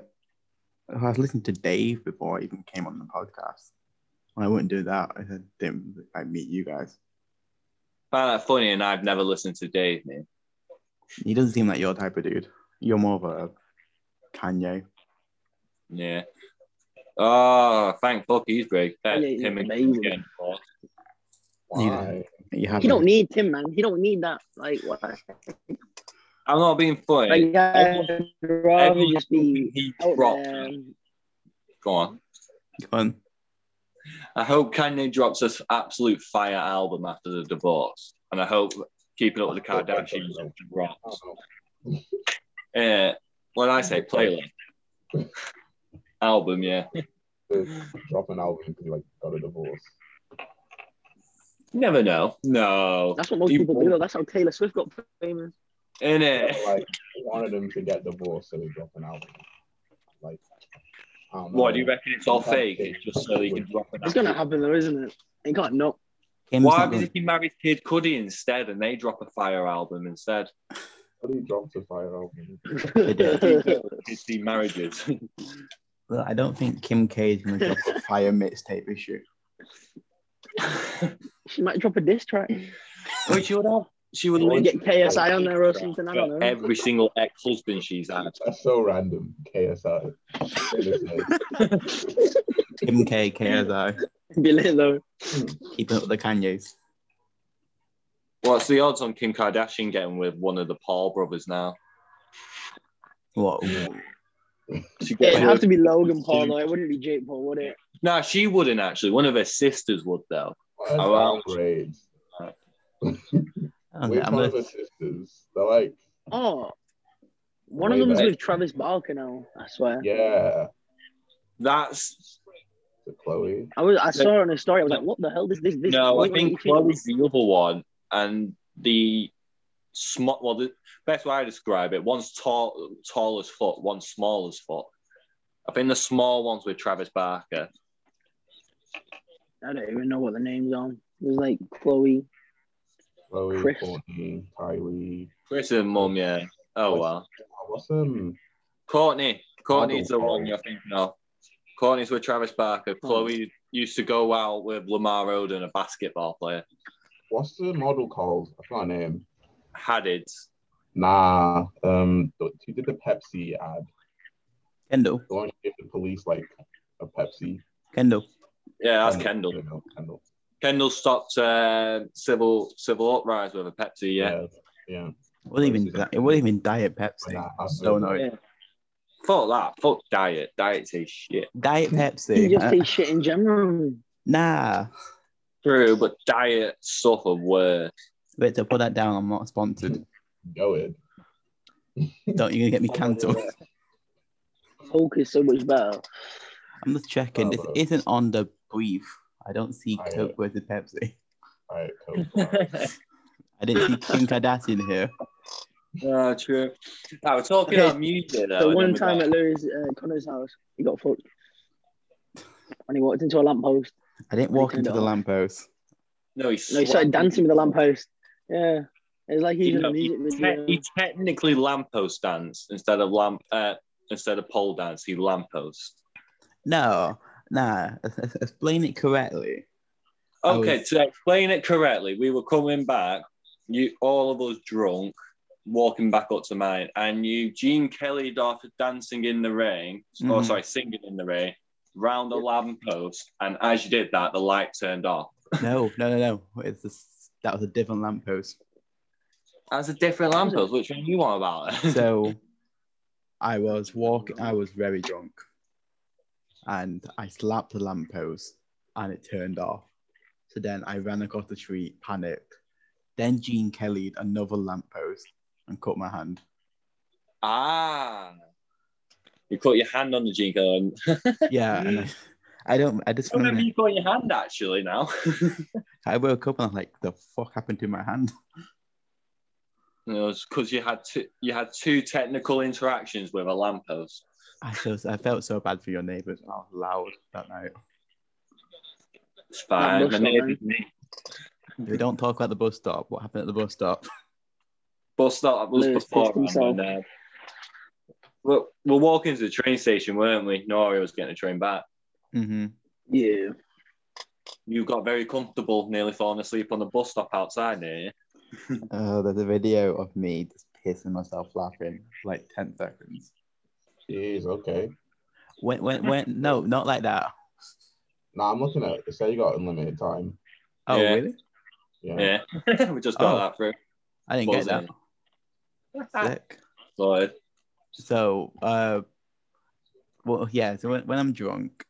Speaker 1: I was listening to Dave before I even came on the podcast. I wouldn't do that. I said, didn't I meet you guys?
Speaker 2: Find that funny, and I've never listened to Dave. Man.
Speaker 1: He doesn't seem like your type of dude. You're more of a Kanye.
Speaker 2: Yeah. Oh, thank fuck he's great. That
Speaker 4: Yeah, he's
Speaker 2: him and
Speaker 4: amazing.
Speaker 2: again.
Speaker 3: Why?
Speaker 1: You have
Speaker 4: He don't need Tim, man. He don't need that. Like, what?
Speaker 2: I'm not being funny.
Speaker 4: Like, I'd rather
Speaker 2: Everyone's
Speaker 4: just be
Speaker 2: hoping he
Speaker 4: out
Speaker 2: dropped.
Speaker 4: there.
Speaker 2: Go on.
Speaker 1: fun.
Speaker 2: I hope Kanye drops an absolute fire album after the divorce, and I hope keeping up with the Kardashians drops. Uh, when I say playlist, album, yeah.
Speaker 3: Drop an album because you like got a divorce.
Speaker 2: Never know. No.
Speaker 4: That's what most
Speaker 2: He
Speaker 4: people do.
Speaker 2: won't.
Speaker 4: though. That's how Taylor Swift got famous.
Speaker 2: In it.
Speaker 3: Like one of them should get divorced, so they drop an album. Like, I don't know.
Speaker 2: What do you reckon? It's all fake. It's just so they can drop an
Speaker 4: It's gonna
Speaker 2: album.
Speaker 4: happen though, isn't it? It can't not.
Speaker 1: Kim's
Speaker 2: Why
Speaker 1: not
Speaker 2: does
Speaker 1: gonna-
Speaker 2: he marry Kid Cudi instead, and they drop a fire album instead?
Speaker 3: What do you drop to fire album?
Speaker 4: <laughs>
Speaker 2: It's the <laughs> marriages.
Speaker 1: Well, I don't think Kim K is going to drop a fire mixtape issue.
Speaker 4: she might drop a diss track.
Speaker 2: Which she would have. She would
Speaker 4: Or
Speaker 2: link
Speaker 4: get KSI on there or something. I don't know.
Speaker 2: every single ex-husband she's had.
Speaker 3: That's so random. KSI. It is,
Speaker 2: <laughs>
Speaker 3: like,
Speaker 1: Kim K, KSI,
Speaker 4: Be lit though.
Speaker 1: keeping up with the Kanyes.
Speaker 2: What's the odds on Kim Kardashian getting with one of the Paul brothers now?
Speaker 1: What?
Speaker 2: She gets
Speaker 4: It'd have
Speaker 2: with-
Speaker 4: to be Logan Paul though. It wouldn't be Jake Paul, would it?
Speaker 2: No, she wouldn't actually. One of her sisters would though.
Speaker 3: That's
Speaker 2: Oh, wow.
Speaker 3: outrage.
Speaker 1: Okay,
Speaker 3: Which
Speaker 1: I'm
Speaker 3: one of
Speaker 1: gonna,
Speaker 3: the sisters? They're like,
Speaker 4: Oh, one of
Speaker 3: Way
Speaker 4: them's
Speaker 3: back.
Speaker 4: with Travis Barker now. I swear.
Speaker 3: yeah,
Speaker 2: That's
Speaker 3: the Chloe.
Speaker 4: I was. I saw it on a story. I was like, "What the hell is this?" This.
Speaker 2: no. I
Speaker 4: what-
Speaker 2: think
Speaker 4: what-
Speaker 2: Chloe's the other one, and the small. Well, the best way I describe it: one's tall, tall as fuck, one's small as fuck. I think the small ones with Travis Barker.
Speaker 4: I don't even know what the names are. It was like Chloe.
Speaker 3: Chloe,
Speaker 4: Chris.
Speaker 3: Courtney, Kylie.
Speaker 2: Chris and Mum, yeah. Oh well.
Speaker 3: Oh, What's um?
Speaker 2: Courtney. Courtney's the
Speaker 3: Adam
Speaker 2: one
Speaker 3: Cole.
Speaker 2: you're thinking of. Courtney's with Travis Barker.
Speaker 4: Hmm.
Speaker 2: Chloe used to go out with Lamar Odom, a basketball player.
Speaker 3: What's the model called? I can't name.
Speaker 2: Hadid.
Speaker 3: Nah. Um, the- she did the Pepsi ad.
Speaker 1: Kendall,
Speaker 3: The one she gave the police like a Pepsi.
Speaker 1: Kendall.
Speaker 2: Yeah,
Speaker 4: Hmm.
Speaker 2: that's
Speaker 3: Um,
Speaker 2: Kendall.
Speaker 3: you know, Kendall.
Speaker 2: Kendall stopped uh, civil civil uprise with a Pepsi. Yeah.
Speaker 3: Yeah.
Speaker 1: It wasn't even di- it wasn't even Diet Pepsi.
Speaker 3: Nah, I
Speaker 1: so no,
Speaker 4: Yeah.
Speaker 2: Fuck that. Fuck diet. Diet's a shit.
Speaker 1: Diet
Speaker 4: You
Speaker 1: Pepsi.
Speaker 4: just
Speaker 1: uh,
Speaker 4: say shit in general.
Speaker 1: nah,
Speaker 2: True, but diet stuff are worse.
Speaker 1: wait to put that down. I'm not sponsored.
Speaker 3: Go it.
Speaker 1: Don't you're gonna
Speaker 3: Oh,
Speaker 1: get me cancelled.
Speaker 4: Hulk is so much better.
Speaker 1: I'm just checking.
Speaker 3: Oh,
Speaker 1: This
Speaker 3: bro.
Speaker 1: isn't on the brief. I don't see
Speaker 3: I, uh,
Speaker 1: Coke versus Pepsi.
Speaker 3: All right,
Speaker 4: <laughs>
Speaker 3: cool.
Speaker 1: I didn't see Kim Kardashian here.
Speaker 2: Ah, true. I was talking
Speaker 4: Okay,
Speaker 2: about music. Though, and
Speaker 4: So
Speaker 2: then
Speaker 4: one
Speaker 2: we
Speaker 4: time
Speaker 2: got-
Speaker 4: at Lewis uh, Connor's house, he got fucked. And he walked into a lamppost.
Speaker 1: I didn't walk
Speaker 4: turned
Speaker 1: into the
Speaker 4: it off.
Speaker 1: lamppost.
Speaker 2: no, he,
Speaker 4: No, he started
Speaker 2: slapped-
Speaker 4: dancing with the lamppost. Yeah. It was like he
Speaker 2: You
Speaker 4: was in
Speaker 2: know,
Speaker 4: a
Speaker 2: he,
Speaker 4: music
Speaker 2: te-
Speaker 4: video.
Speaker 2: he technically lamppost dance instead of lamp uh, instead of pole dance. He lamppost.
Speaker 1: No, nah. <laughs> es- es- Explain it correctly. I
Speaker 2: Okay,
Speaker 1: was-
Speaker 2: to explain it correctly, we were coming back, you all of us drunk, walking back up to mine, and you Gene Kelly off dancing in the rain, or
Speaker 1: Mhm.
Speaker 2: sorry, singing in the rain, round the lamppost, and as you did that, the light turned off.
Speaker 1: No, no, no, no. It's just, that was a different lamppost. <laughs>
Speaker 2: That's a different lamppost. Which one you want <laughs> about it?
Speaker 1: so I was walking, I was very drunk and I slapped the lamppost and it turned off. So then I ran across the street, panicked. Then Gene Kelly'd another lamppost and cut my hand.
Speaker 2: ah, You put your hand on the gene killer. And...
Speaker 1: Yeah, and I, I don't. I <laughs> just
Speaker 2: I remember
Speaker 1: remember.
Speaker 2: you putting your hand actually now. <laughs>
Speaker 1: I woke up and I'm like, the fuck happened to my hand? <laughs>
Speaker 2: You know, it's because you had two you had two technical interactions with a lamppost.
Speaker 1: I felt I felt so bad for your neighbours. I was loud that night.
Speaker 2: It's fine.
Speaker 4: bus
Speaker 2: My
Speaker 4: stop,
Speaker 2: neighbour's me.
Speaker 1: We don't talk about the bus stop. What happened at the bus stop?
Speaker 2: Bus stop was
Speaker 4: Lewis
Speaker 2: before.
Speaker 4: pissed himself.
Speaker 2: And, uh, we're, we're walking to the train station, weren't we? Nori was getting a train back.
Speaker 1: Mm-hmm.
Speaker 4: Yeah.
Speaker 2: You got very comfortable, nearly falling asleep on the bus stop outside there.
Speaker 1: Oh, there's a video of me just pissing myself laughing for like ten seconds.
Speaker 3: Jeez, okay.
Speaker 1: When when when? No, not like that.
Speaker 3: Now I'm looking at it. Say you got unlimited time.
Speaker 1: Oh
Speaker 2: Yeah.
Speaker 1: really?
Speaker 3: Yeah.
Speaker 2: Yeah, <laughs> we just got
Speaker 1: Oh.
Speaker 2: that through.
Speaker 1: I didn't get that.
Speaker 2: <laughs>
Speaker 1: Sick.
Speaker 2: Sorted.
Speaker 1: So, uh, well, yeah. So when, when I'm drunk,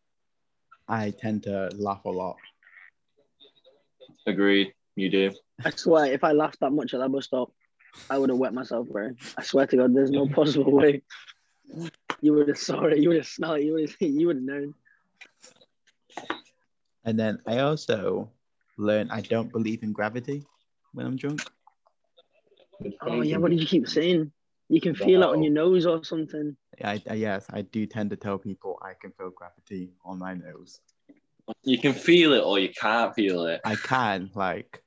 Speaker 1: I tend to laugh a lot.
Speaker 2: Agreed. You do.
Speaker 4: I swear, if I laughed that much at that bus stop, I would have wet myself, bro. I swear to God,
Speaker 2: <laughs>
Speaker 4: there's no possible way. You would have saw it. You would have smelled it. You would have. You would have known.
Speaker 1: And then I also learn I don't believe in gravity when I'm drunk.
Speaker 3: Good
Speaker 4: Oh
Speaker 3: faith
Speaker 4: yeah,
Speaker 3: in
Speaker 4: what did you keep saying? You can feel it on your nose or something.
Speaker 1: I, I yes, I do tend to tell people I can feel gravity on my nose.
Speaker 2: You can feel it or you can't feel it.
Speaker 1: I can like,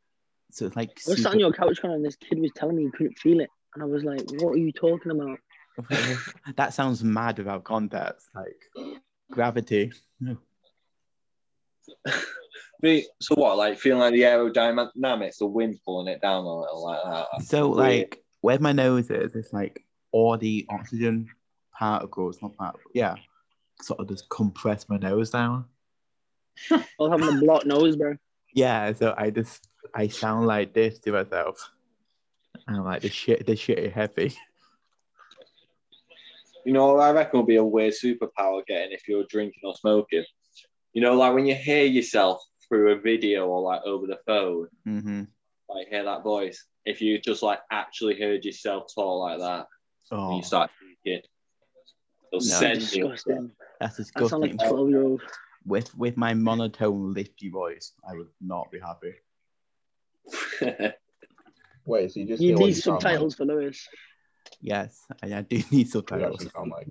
Speaker 1: so it's like
Speaker 4: I was sat on your couch one, and this kid was telling me he couldn't feel it, and I was like, "What are you talking about?"
Speaker 1: <laughs> that sounds mad without context. Like gravity.
Speaker 2: Be- So what, like feeling like the aerodynamics, the wind pulling it down a little like that.
Speaker 1: So
Speaker 2: Yeah.
Speaker 1: like where my nose is, it's like all the oxygen particles, not particles, yeah, sort of just compress my nose down.
Speaker 4: I was having a blocked nose, bro.
Speaker 1: Yeah, so I just I sound like this to myself. And I'm like this shit this shit is heavy.
Speaker 2: You know, I reckon would be a weird superpower getting if you're drinking or smoking. You know, like when you hear yourself through a video or like over the phone,
Speaker 1: Mm-hmm.
Speaker 2: like hear that voice. If you just like actually heard yourself talk like that, and
Speaker 1: Oh,
Speaker 2: you start drinking, it'll
Speaker 1: No.
Speaker 2: send you.
Speaker 4: Disgusting.
Speaker 1: that's
Speaker 4: I sound
Speaker 1: disgusting.
Speaker 4: like a twelve-year-old.
Speaker 1: with with my monotone lifty voice, I would not be happy.
Speaker 3: Wait, so you just
Speaker 4: You
Speaker 3: hear what
Speaker 4: need
Speaker 3: sound
Speaker 4: subtitles for Lewis.
Speaker 1: Yes, I, I do <laughs> need
Speaker 3: Like, you
Speaker 1: subtitles.
Speaker 3: actually sound like.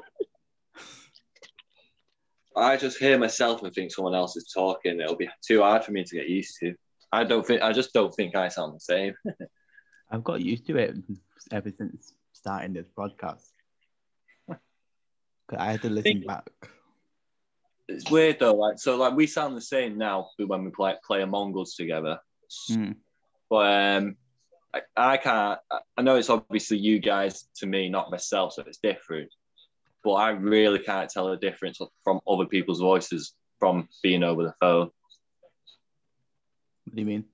Speaker 2: <laughs> I just hear myself and think someone else is talking. It'll be too hard for me to get used to. I don't think. I just don't think I sound the same.
Speaker 1: I've got used to it ever since starting this podcast. 'Cause I had to listen back.
Speaker 2: It's weird though. Like so, like we sound the same now when we play play Among Us together.
Speaker 1: Hmm.
Speaker 2: But um, I, I can't. I- I know it's obviously you guys to me, not myself, so it's different. But I really can't tell the difference from other people's voices from being over the phone.
Speaker 1: What do you mean?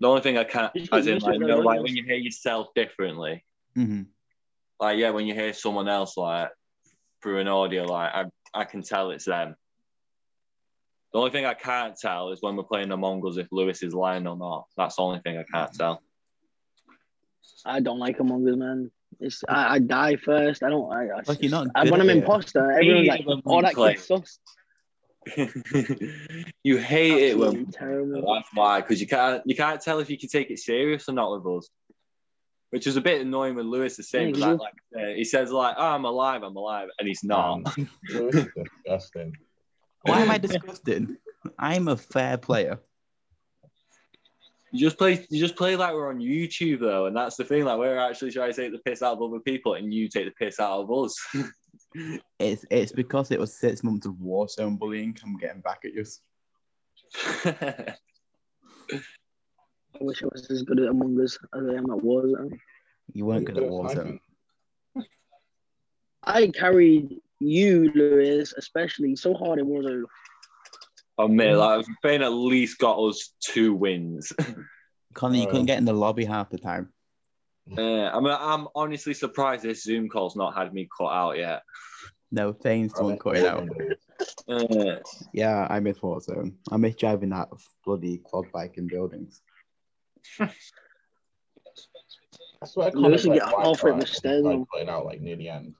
Speaker 2: The only thing I can't,
Speaker 4: You just
Speaker 2: as
Speaker 4: get
Speaker 2: in,
Speaker 4: used
Speaker 2: like,
Speaker 4: to
Speaker 2: you
Speaker 4: it,
Speaker 2: know,
Speaker 4: don't
Speaker 2: like
Speaker 4: you?
Speaker 2: when you hear yourself differently,
Speaker 1: hmm
Speaker 2: like yeah, when you hear someone else like through an audio, like I, I can tell it's them. The only thing I can't tell is when we're playing Among Us if Lewis is lying or not. That's the only thing I can't tell.
Speaker 4: I don't like Among Us, man. It's I, I die first. I don't. I, I,
Speaker 1: Like, you're not
Speaker 4: I,
Speaker 1: good
Speaker 4: when I'm
Speaker 1: at it.
Speaker 4: imposter, everyone's like,
Speaker 2: Even
Speaker 4: "Oh,
Speaker 2: when
Speaker 4: that
Speaker 2: playing.
Speaker 4: kid's sus."
Speaker 2: you hate it when
Speaker 4: Absolutely terrible.
Speaker 2: That's why, because you can't you can't tell if you can take it serious or not with us, which is a bit annoying with Lewis the same.
Speaker 4: Yeah,
Speaker 2: 'cause
Speaker 4: 'cause
Speaker 2: that, like, uh, he says like, "Oh, I'm alive, I'm alive," and he's not.
Speaker 3: <laughs> Um, Lewis is disgusting.
Speaker 4: <laughs>
Speaker 1: Why am I disgusting? I'm a fair player.
Speaker 2: You just play you just play like we're on YouTube though, and that's the thing. Like we're actually trying to take the piss out of other people, and you take the piss out of us. <laughs>
Speaker 1: It's it's because it was six months of war zone bullying. I'm getting back at you.
Speaker 4: I wish I was as good at Among Us as I am at Warzone.
Speaker 1: You weren't good at war zone.
Speaker 3: Sniping.
Speaker 4: I carried you, Lewis, especially so hard in Warzone.
Speaker 2: oh man, like Fane at least got us two wins.
Speaker 1: Connor, you
Speaker 3: Oh.
Speaker 1: couldn't get in the lobby half the time.
Speaker 2: Uh, I'm I'm honestly surprised this Zoom call's not had me cut out yet.
Speaker 1: No, Thane's the one cutting out.
Speaker 2: Uh,
Speaker 1: Yeah, I miss Warzone. I miss driving that bloody quad bike in buildings.
Speaker 3: I swear,
Speaker 4: Lewis
Speaker 3: Connor's
Speaker 4: would
Speaker 3: like
Speaker 4: get off at the
Speaker 3: Wi-Fi,
Speaker 4: stairs.
Speaker 3: like, playing out like near the end.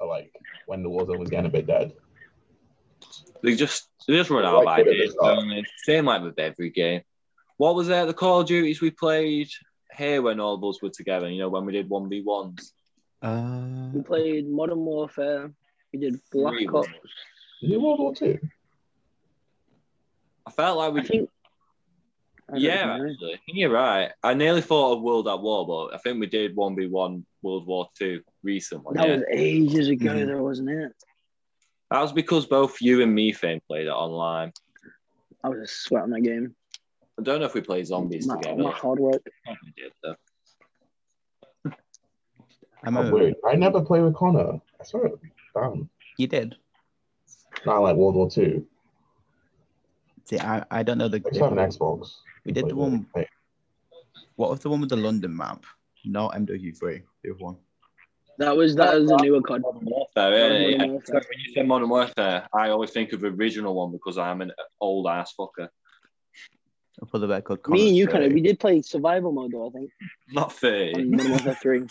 Speaker 3: uh, like when the war zone was getting a bit dead.
Speaker 2: They just they just run out of
Speaker 3: Like, what it
Speaker 2: ideas.
Speaker 3: is, like-
Speaker 2: don't they? Same like with every game. What was there? The Call of Duties we played here when all of us were together. You know when we did one v ones.
Speaker 1: Uh,
Speaker 4: We played Modern Warfare. We did Black
Speaker 2: Really?
Speaker 4: Ops.
Speaker 3: Did you World War Two?
Speaker 2: I felt like we.
Speaker 4: I think. I don't
Speaker 2: yeah,
Speaker 4: know.
Speaker 2: actually, you're right. I nearly thought of World at War, but I think we did one v one World War Two recently.
Speaker 4: That
Speaker 2: yeah.
Speaker 4: was ages ago,
Speaker 1: Mhm.
Speaker 4: though, wasn't it?
Speaker 2: That was because both you and me fame played it online.
Speaker 4: I was just sweating that game.
Speaker 2: I don't know if we played zombies
Speaker 4: My,
Speaker 2: together.
Speaker 4: my hard work.
Speaker 2: I think we did, though.
Speaker 1: I
Speaker 3: I'm
Speaker 1: remember
Speaker 3: weird. I never played with Connor. I swear. Damn.
Speaker 1: you did.
Speaker 3: Not like World War Two.
Speaker 1: See, I, I don't know the.
Speaker 3: I just have an Xbox.
Speaker 1: We did the
Speaker 3: Played
Speaker 1: one.
Speaker 3: it.
Speaker 1: What was the one with the London map? Not MW3. The other one.
Speaker 4: That was that was a newer COD.
Speaker 2: Modern Warfare,
Speaker 4: Modern
Speaker 2: eh?
Speaker 4: Warfare.
Speaker 2: I- When you say Modern Warfare, I always think of the original one because I'm an old ass fucker.
Speaker 1: For the record,
Speaker 4: Me and you
Speaker 1: Connor's
Speaker 4: kind of we
Speaker 1: thirty.
Speaker 4: did play survival mode though. I think
Speaker 2: Not
Speaker 4: on
Speaker 2: 30.
Speaker 4: Modern Warfare Three.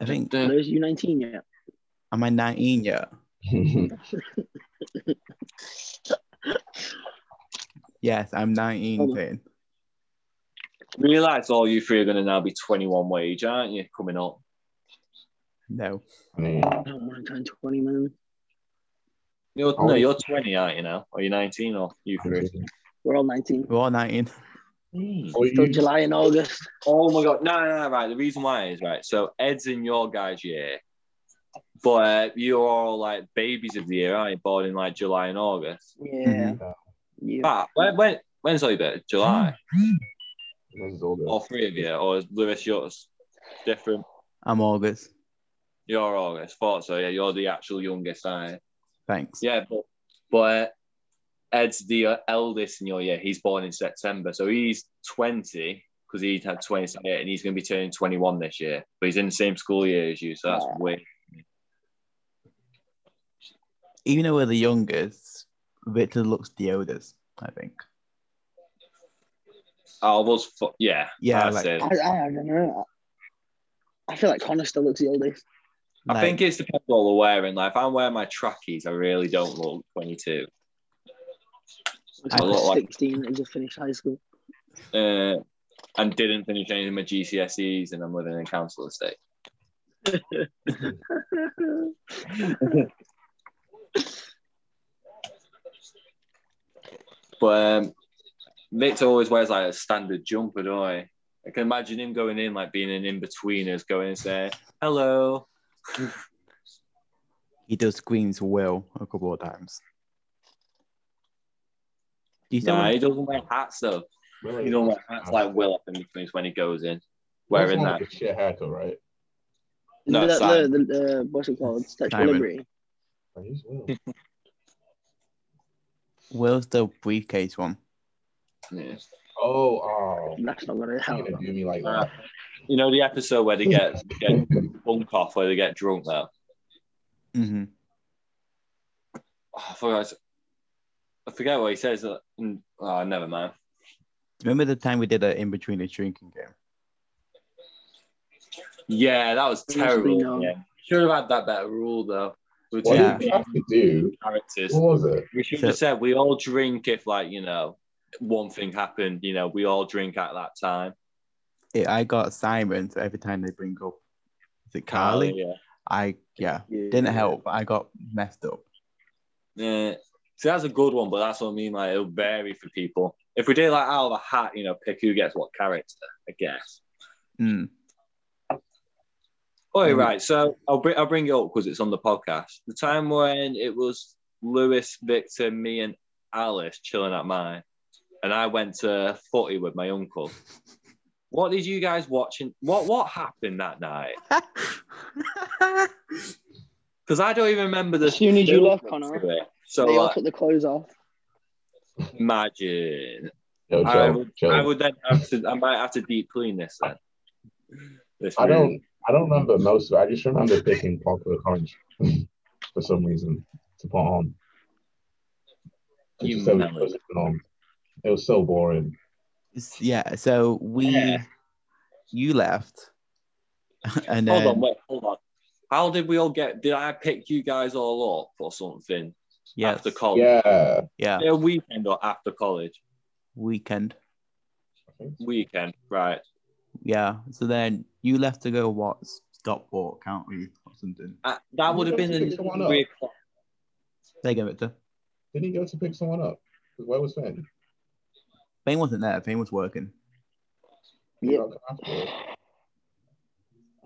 Speaker 1: I think.
Speaker 2: <laughs> Yeah.
Speaker 4: There's you 19 yet.
Speaker 1: Am I 19 yet? Yes, I'm 19.
Speaker 4: Hold on.
Speaker 1: Finn.
Speaker 2: Realise all you three are going to now be 21 wage, aren't you? Coming up.
Speaker 1: No.
Speaker 3: <laughs> I mean,
Speaker 4: I don't want to turn 20, man.
Speaker 2: You're,
Speaker 3: Oh.
Speaker 2: No, you're 20, aren't you now? Or you're 19 or you three?
Speaker 4: We're all 19.
Speaker 1: We're all 19.
Speaker 3: Or
Speaker 4: So
Speaker 2: Mm-hmm.
Speaker 3: you-
Speaker 4: July and August.
Speaker 2: Oh my god, no, no, no, right. The reason why is right. So Ed's in your guys' year, but uh, you're all like babies of the year, aren't you? Born in like July and August.
Speaker 4: Yeah.
Speaker 3: Mhm.
Speaker 2: Mm-hmm.
Speaker 4: Yeah.
Speaker 2: But when, when when's all your bit? July.
Speaker 3: this is all good.
Speaker 2: All three of you, or is Lewis yours? Different.
Speaker 1: <laughs> I'm August.
Speaker 2: You're August. Thought so. Yeah, you're the actual youngest. Aren't you?
Speaker 1: Thanks.
Speaker 2: Yeah, but but uh, Ed's the uh, eldest in your year. He's born in September, so he's twenty because he'd had twenty, and he's going to be turning twenty-one this year. But he's in the same school year as you, so that's
Speaker 4: Yeah.
Speaker 2: weird.
Speaker 1: Even though we're the youngest, Victor looks the oldest, I think.
Speaker 2: Oh, was fu- yeah,
Speaker 1: Yeah,
Speaker 2: I'd
Speaker 1: like-
Speaker 2: say.
Speaker 4: I, I don't know. I feel like Connor still looks the oldest.
Speaker 2: I think it's depends what we're wearing. Like, if I'm wearing my trackies, I really don't look 22.
Speaker 4: Looks
Speaker 1: I
Speaker 4: like
Speaker 2: look like-
Speaker 4: 16 and just finished high school.
Speaker 2: Uh, and didn't finish any of my GCSEs, and I'm living in a council estate. But um, Victor always wears like a standard jumper, don't he? I can imagine him going in, like being an in betweeners, going and saying, hello.
Speaker 1: he does screams Will a couple of times. Do you still
Speaker 2: Nah,
Speaker 1: want-
Speaker 2: he doesn't wear hats though.
Speaker 3: Really?
Speaker 2: He don't wear hats like Will up in between when he goes in. Wearing that.
Speaker 3: That's like a shit haircut, right?
Speaker 2: No,
Speaker 4: Is that
Speaker 2: Simon.
Speaker 4: the, the, the, what's it called? Sexual
Speaker 1: Simon.
Speaker 4: liberty.
Speaker 3: Like, he's
Speaker 2: <laughs>
Speaker 3: well.
Speaker 1: Will's the briefcase one?
Speaker 2: Yeah.
Speaker 3: Oh, oh.
Speaker 4: That's not going to
Speaker 3: You're
Speaker 4: help.
Speaker 3: gonna do me like
Speaker 2: Uh,
Speaker 3: that.
Speaker 2: you know the episode where they get, get bunk off, where they get drunk though.
Speaker 1: Mm-hmm.
Speaker 2: Oh, I forgot. I forget what he says. uh, mm, Oh, never mind.
Speaker 1: Remember the time we did an in between a drinking game?
Speaker 2: Yeah, that was
Speaker 4: Honestly, no.
Speaker 2: terrible. Yeah. Should have had that better rule though. We
Speaker 3: What
Speaker 2: were
Speaker 1: Yeah.
Speaker 3: did you have to do?
Speaker 2: characters.
Speaker 3: What was it?
Speaker 2: We should have said we all drink if, like, you know, one thing happened. You know, we all drink at that time.
Speaker 1: It, I got Simon, so every time they bring up, is it Carly?
Speaker 2: Oh, Yeah.
Speaker 1: I, yeah,
Speaker 4: Yeah.
Speaker 1: didn't help. I got messed up.
Speaker 2: Yeah. So that's a good one, but that's what I mean. Like, it'll vary for people. If we did like out of a hat, you know, pick who gets what character, I guess.
Speaker 1: Mm.
Speaker 2: Oh,
Speaker 1: Mm.
Speaker 2: right. So I'll bring I'll bring it up because it's on the podcast. The time when it was Lewis, Victor, me, and Alice chilling at mine, and I went to footy with my uncle. What did you guys watching? What what happened that night? Because I don't even remember the.
Speaker 4: As soon as you left,
Speaker 2: films
Speaker 4: Connor,
Speaker 2: of it. So
Speaker 4: they all
Speaker 2: like, Mm-hmm.
Speaker 4: took the clothes off.
Speaker 2: imagine
Speaker 3: Yo,
Speaker 2: I
Speaker 3: Joe,
Speaker 2: would-
Speaker 3: Joe.
Speaker 2: I would then have to. I might have to deep clean this then. This
Speaker 3: I
Speaker 2: room.
Speaker 3: don't. I don't remember most of it. I just remember picking popular orange <laughs> for some reason to put on. It's
Speaker 2: You
Speaker 3: just so
Speaker 2: melon.
Speaker 3: it was on. It was so boring.
Speaker 1: yeah, so we
Speaker 2: Yeah.
Speaker 1: you left, <laughs> and
Speaker 2: Hold
Speaker 1: then
Speaker 2: on, wait, hold on. How did we all get? Did I pick you guys all up or something
Speaker 1: yes,
Speaker 2: after college?
Speaker 3: Yeah.
Speaker 1: yeah,
Speaker 2: Yeah, weekend or after college?
Speaker 1: weekend,
Speaker 2: Weekend, right?
Speaker 1: yeah. So then you left to go what Stockport County or something.
Speaker 2: Uh, that would have been in
Speaker 3: Pick someone up.
Speaker 2: three o'clock.
Speaker 1: There you go, Victor.
Speaker 3: Didn't he go to pick someone up? Where was Finn?
Speaker 1: Fane wasn't there. Fane was working.
Speaker 3: He
Speaker 4: Yep.
Speaker 3: got come afterwards.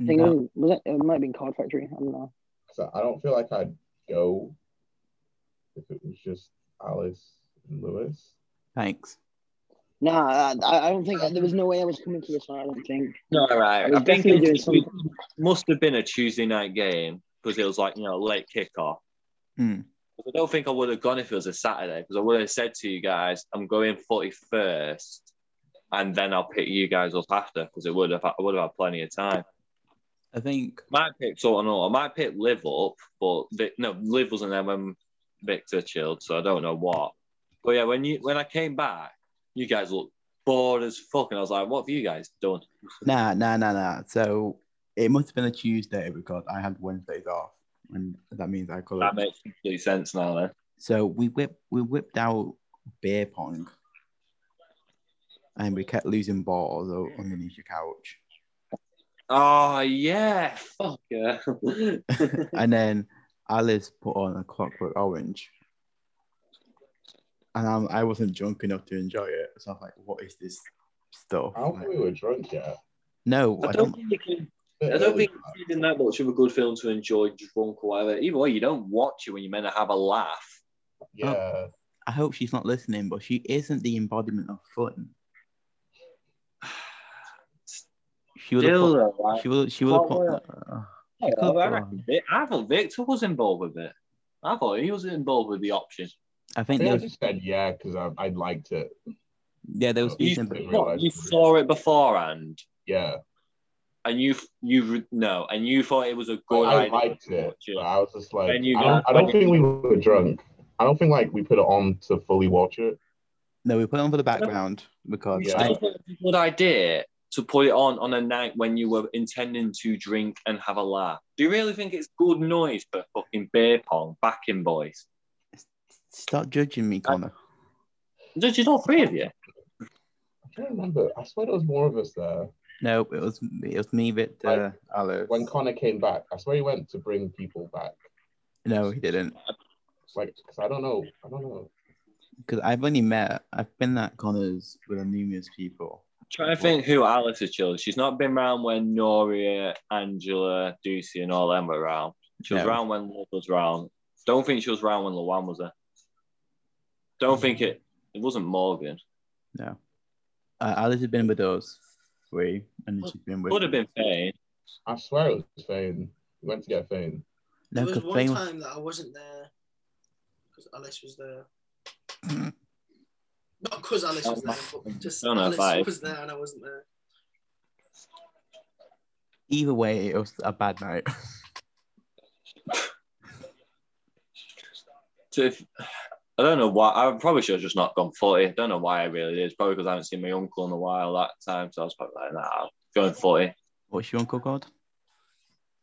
Speaker 4: I think it,
Speaker 1: No.
Speaker 4: was, was that, it might have been Card Factory. I don't know.
Speaker 3: 'Cause I don't feel like I'd go if it was just Alice and Lewis.
Speaker 1: Thanks.
Speaker 4: Nah, I, I don't think there was no way I was coming to this one. I don't think.
Speaker 2: No,
Speaker 4: I
Speaker 2: right.
Speaker 4: was
Speaker 2: I think
Speaker 4: definitely doing
Speaker 2: it was-
Speaker 4: something.
Speaker 2: must have been a Tuesday night game because it was like you know late kickoff.
Speaker 1: Hmm.
Speaker 2: I don't think I would have gone if it was a Saturday because I would have said to you guys, "I'm going 41st, and then I'll pick you guys up after because it would have I would have had plenty of time.
Speaker 1: I think
Speaker 2: Might pick sort of I might pick Liv up, but Vic, no, Liv wasn't there when Victor chilled, so I don't know what. But yeah, when you when I came back, you guys looked bored as fuck, and I was like, "What have you guys done?"
Speaker 1: Nah, nah, nah, nah. So it must have been a Tuesday because I had Wednesdays off, and that means I could.
Speaker 2: That makes complete sense now. Then
Speaker 1: So we whip we whipped out beer pong, and we kept losing balls o- underneath your couch,
Speaker 2: <laughs> Oh yeah, fuck yeah. <laughs> Oh,
Speaker 1: and then Alice put on a Clockwork Orange, and I'm, I wasn't drunk enough to enjoy it. So I was like, "What is this stuff?"
Speaker 3: I don't think we were drunk yet.
Speaker 1: no,
Speaker 2: I don't think you can. I don't think it's even that much of a good film to enjoy drunk or whatever. Either way, you don't watch it when you're meant to have a laugh.
Speaker 3: Yeah.
Speaker 1: I hope she's not listening, but she isn't the embodiment of fun. <sighs> She would have.
Speaker 2: Still,
Speaker 1: put-
Speaker 2: though, like,
Speaker 1: She will. She will have put.
Speaker 2: Well,
Speaker 1: uh,
Speaker 2: I
Speaker 1: she
Speaker 2: don't know,
Speaker 1: could
Speaker 2: I,
Speaker 1: put
Speaker 2: reckon
Speaker 1: on.
Speaker 2: Vic- I thought Victor was involved with it. I thought he was involved with the option.
Speaker 1: I think
Speaker 3: I,
Speaker 1: there
Speaker 3: think I
Speaker 1: was.
Speaker 3: just said yeah because I, I liked it.
Speaker 1: Yeah, there was
Speaker 3: You-
Speaker 1: eating.
Speaker 3: didn't
Speaker 2: you,
Speaker 3: realise.
Speaker 2: you saw it beforehand,
Speaker 3: Yeah.
Speaker 2: and you you re- no, and you thought it was a
Speaker 3: I,
Speaker 2: good
Speaker 3: I
Speaker 2: idea.
Speaker 3: liked
Speaker 2: to
Speaker 3: it,
Speaker 2: watch it.
Speaker 3: but I was just like, I
Speaker 2: When you
Speaker 3: don't,
Speaker 2: got-
Speaker 3: I don't
Speaker 2: when
Speaker 3: think we were drunk. I don't think like we put it on to fully watch it.
Speaker 1: No, we put it on for the
Speaker 2: don't-
Speaker 1: background because
Speaker 2: You
Speaker 3: Yeah.
Speaker 1: I,
Speaker 2: still thought it was a good idea to put it on on a night when you were intending to drink and have a laugh. Do you really think it's good noise for fucking beer pong backing boys?
Speaker 1: stop judging me, Connor.
Speaker 2: Did you not three of you?
Speaker 3: I can't remember. I swear there was more of us there.
Speaker 1: No, it was it was me, Victor, Alice.
Speaker 3: When Connor came back, I swear he went to bring people back.
Speaker 1: No, he didn't.
Speaker 3: Like, because I don't know. I don't know.
Speaker 1: Because I've only met. I've been at Connor's with numerous people.
Speaker 2: Trying to think who Alice has chilled. She's not been round when Noria, Angela, Ducey, and all them were round. She was
Speaker 1: No.
Speaker 2: round when Love was round. Don't think she was round when Lawan was there. Don't think it. It wasn't Morgan.
Speaker 1: No, uh, Alice has been with us three, and then she's been with.
Speaker 2: Would have been Fane.
Speaker 3: I swear it was Fane. We went to get Fane.
Speaker 1: No,
Speaker 5: there was
Speaker 1: because
Speaker 5: one time that I wasn't there because Alice was there. Not because Alice was there, but just
Speaker 2: Mm-hmm. Don't know
Speaker 5: Alice
Speaker 2: if I-
Speaker 5: was there and I wasn't there.
Speaker 1: either way, it was a bad night. <laughs>
Speaker 2: So if I don't know why, I probably should have just not gone 40. I don't know why I really did. Probably because I haven't seen my uncle in a while that time. So I was probably like, nah, I'm going 40.
Speaker 1: What's your uncle called?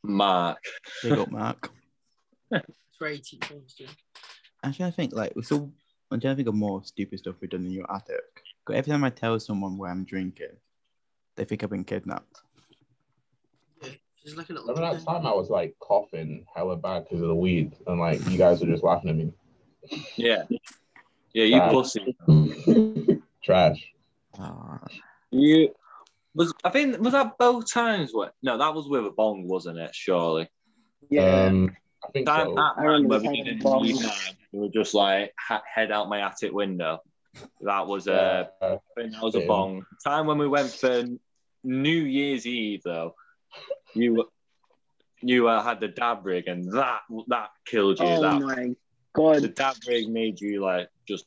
Speaker 2: Mark.
Speaker 1: Big up, Mark.
Speaker 5: It's for 18 pounds, dude.
Speaker 1: I'm trying to think, like, so I'm trying to think of more stupid stuff we've done in your attic. 'Cause every time I tell someone where I'm drinking, they think I've been kidnapped.
Speaker 5: Yeah, she's like a little.
Speaker 3: Remember that time I was like coughing hella bad because of the weed, and like you guys were just laughing at me.
Speaker 2: Yeah. Yeah, you
Speaker 3: Right.
Speaker 2: pussy.
Speaker 3: <laughs> Trash.
Speaker 1: Ah,
Speaker 2: You was I think was that both times where no, that was with a bong, wasn't it? Surely.
Speaker 4: Yeah.
Speaker 3: Um, I think
Speaker 2: That,
Speaker 3: so.
Speaker 2: that
Speaker 4: I
Speaker 2: night
Speaker 4: remember
Speaker 2: where
Speaker 4: the
Speaker 2: we
Speaker 4: time
Speaker 2: did it
Speaker 4: with bong.
Speaker 2: in Newtown, we were just like ha- head out my attic window. That was a uh,
Speaker 3: Yeah.
Speaker 2: I think that was a
Speaker 3: Yeah.
Speaker 2: bong. Time when we went for New Year's Eve though, you you uh, had the dab rig and that that killed you.
Speaker 4: oh
Speaker 2: that
Speaker 4: my
Speaker 2: the
Speaker 4: god.
Speaker 2: dab rig made you like just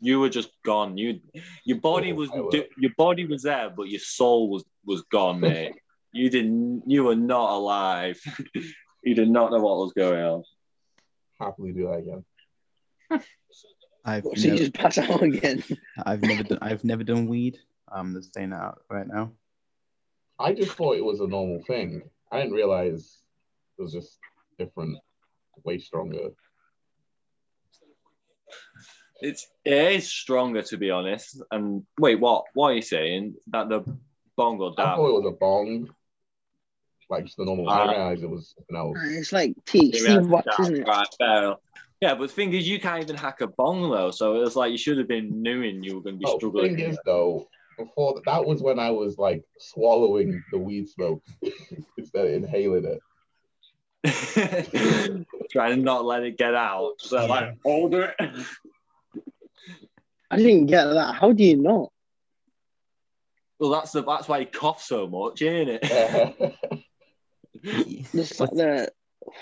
Speaker 2: you were just gone. You your body
Speaker 3: Oh,
Speaker 2: was
Speaker 3: I will.
Speaker 2: d- your body was there, but your soul was was
Speaker 3: <laughs>
Speaker 2: gone, mate. you didn't. You were not alive. <laughs> you did not know what was going on.
Speaker 3: happily do that again.
Speaker 1: I've
Speaker 4: What, so you
Speaker 1: never,
Speaker 4: just pass out <laughs> again?
Speaker 1: I've never done I've never done weed. I'm just saying that out right now.
Speaker 3: I just thought it was a normal thing. I didn't realize it was just different, way stronger.
Speaker 2: It's it is stronger to be honest. And wait, what? What are you saying? That the bong or
Speaker 3: I
Speaker 2: dab?
Speaker 3: thought it was a bong, like just the normal. I
Speaker 2: Ah.
Speaker 3: didn't realize it was something else.
Speaker 4: It's like
Speaker 2: You
Speaker 4: THC
Speaker 2: mean
Speaker 4: wax,
Speaker 2: dab,
Speaker 4: isn't it?
Speaker 2: Right, fair enough. Yeah, but the thing is, you can't even hack a bong though. So it was like you should have been knowing you were going to be
Speaker 3: Oh,
Speaker 2: struggling.
Speaker 3: thing is though, before that, that was when I was like swallowing the weed smoke <laughs> instead of inhaling it. <laughs>
Speaker 2: <laughs> Trying to not let it get out. So like hold it.
Speaker 4: I didn't get that. How do you not?
Speaker 2: Well, that's the that's why you cough so much, ain't it?
Speaker 3: I
Speaker 4: Just
Speaker 1: was,
Speaker 4: sat there.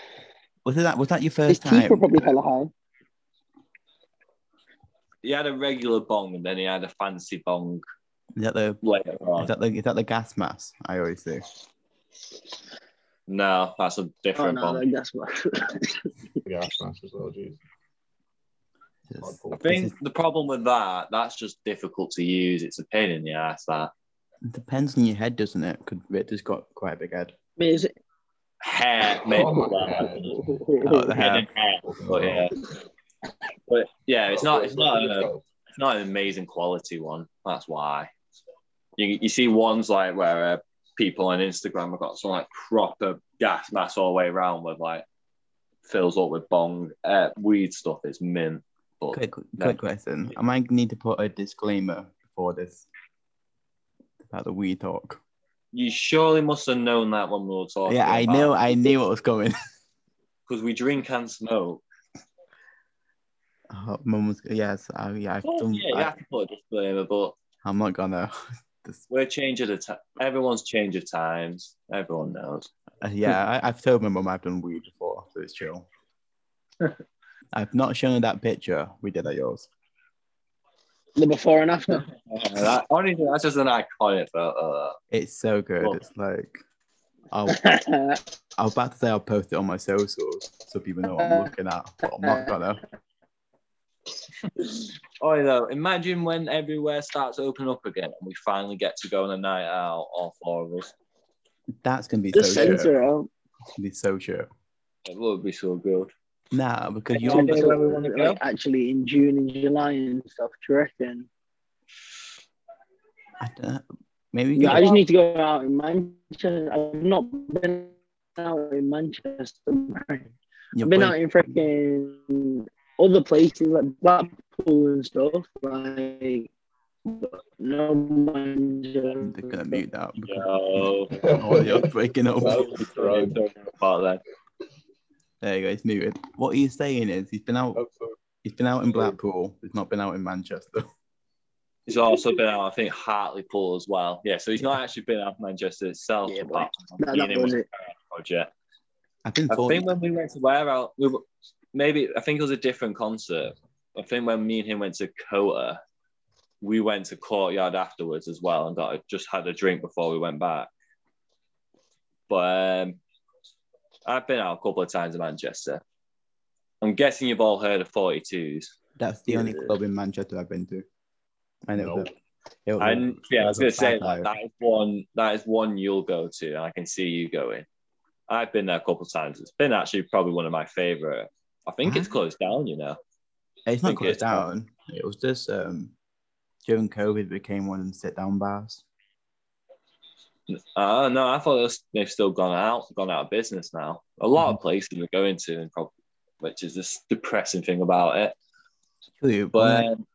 Speaker 1: <laughs> was that was that your
Speaker 4: His
Speaker 1: first
Speaker 4: teeth were
Speaker 1: time?
Speaker 4: probably hella high.
Speaker 2: <laughs> he had a regular bong and then he had a fancy bong
Speaker 1: Is that the
Speaker 2: later on.
Speaker 1: is that the is that the gas mask? I always say.
Speaker 2: No, that's a
Speaker 4: Oh
Speaker 2: different
Speaker 4: no,
Speaker 2: bong.
Speaker 4: that gas mask. <laughs>
Speaker 3: smashed as well. Jeez.
Speaker 1: It's-
Speaker 2: I
Speaker 3: Hardcore.
Speaker 2: think
Speaker 1: This is-
Speaker 2: the problem with that, that's just difficult to use. It's a pain in the ass. That
Speaker 1: It depends on your head, doesn't it? Because Richard's got quite a big head.
Speaker 4: Mate, is it-
Speaker 2: hair, mate.
Speaker 3: Oh my
Speaker 2: that.
Speaker 1: Oh, the
Speaker 2: Head
Speaker 1: hair.
Speaker 2: and hair. But yeah, but yeah, it's not. It's not. uh, A,
Speaker 3: Oh,
Speaker 2: it's not an amazing quality one. That's why. You, you see ones like where uh, people on Instagram have got some like proper gas mask all the way around with like fills up with bong uh, weed stuff. It's min. But
Speaker 1: Quick, quick
Speaker 2: No.
Speaker 1: question. I might need to put a disclaimer before this about the wee talk.
Speaker 2: you surely must have known that when we were talking.
Speaker 1: yeah, I knew, I knew what was coming.
Speaker 2: Because we drink and smoke.
Speaker 1: <laughs> Oh, Mum was yes, I, yeah, I've
Speaker 2: Well,
Speaker 1: done,
Speaker 2: Oh, yeah, you have to put a disclaimer, but
Speaker 1: I, am not gonna. <laughs> This-
Speaker 2: we're change of the time. Everyone's change of times. Everyone knows.
Speaker 1: uh, yeah, I, I've told my mum I've done weed before, so it's chill. I've not shown her that picture we did at yours.
Speaker 4: the before and <laughs> after.
Speaker 2: Yeah, Uh, that, honestly, that's just an iconic photo.
Speaker 1: It's so good.
Speaker 2: Well-
Speaker 1: It's like, I'll,
Speaker 4: <laughs>
Speaker 2: Oh,
Speaker 1: I was about to say I'll post it on my socials so people know what I'm looking at, but I'm not gonna.
Speaker 2: Oh, you know, imagine when everywhere starts to open up again and we finally get to go on a night out, all four of us.
Speaker 1: That's gonna be so
Speaker 4: Just censor
Speaker 1: shit.
Speaker 4: it out.
Speaker 1: Be so shit.
Speaker 2: It would be so good.
Speaker 1: Nah, because
Speaker 2: Yeah,
Speaker 1: you're
Speaker 2: yeah. where we wanna go?
Speaker 4: like, actually in June and July and stuff, do you reckon?
Speaker 1: I don't know. Maybe we
Speaker 4: Yeah,
Speaker 1: could-
Speaker 4: I just need to go out in Manchester. I've not been out in Manchester. I've
Speaker 1: you're
Speaker 4: been
Speaker 1: playing-
Speaker 4: out in freaking other places like Blackpool and stuff. Like, but no Manchester.
Speaker 1: They're gonna mute that because
Speaker 2: Yo.
Speaker 3: Oh,
Speaker 1: <laughs> audio breaking
Speaker 2: <laughs>
Speaker 1: up.
Speaker 3: That was drunk.
Speaker 2: About that.
Speaker 1: There you go, it's muted. What he's saying is he's been out
Speaker 3: I'm so-
Speaker 1: he's been out in Blackpool, he's not been out in Manchester. <laughs>
Speaker 2: He's also been out, I think, Hartlepool as well. Yeah, so he's not actually been out of Manchester itself.
Speaker 4: Yeah,
Speaker 2: apart from
Speaker 4: That,
Speaker 2: being
Speaker 4: that
Speaker 2: in
Speaker 4: was it.
Speaker 2: Manchester.
Speaker 1: I've been
Speaker 2: I
Speaker 1: told
Speaker 2: think when we went to where out, we were, maybe I think it was a different concert. I think when me and him went to Cota, we went to Courtyard afterwards as well and got a, just had a drink before we went back. But um, I've been out a couple of times in Manchester. I'm guessing you've all heard of 42s.
Speaker 1: that's the only club in Manchester I've been to. I know
Speaker 3: Nope.
Speaker 1: that. It was-
Speaker 2: And yeah, I was gonna
Speaker 1: That's a
Speaker 2: say
Speaker 1: bad
Speaker 2: like, that is one that is one you'll go to, and I can see you going. I've been there a couple of times. It's been actually probably one of my favorite. I think
Speaker 1: Mm.
Speaker 2: it's closed down, you know.
Speaker 1: it's not
Speaker 2: think
Speaker 1: closed
Speaker 2: it's bad.
Speaker 1: down. It was just um during COVID it became one of them sit down bars.
Speaker 2: Uh, no, I thought it was, they've still gone out, gone out of business now. A lot
Speaker 3: Mm-hmm.
Speaker 2: of places we go into, and probably, which is this depressing thing about it.
Speaker 1: Actually,
Speaker 2: But
Speaker 1: one-
Speaker 2: um,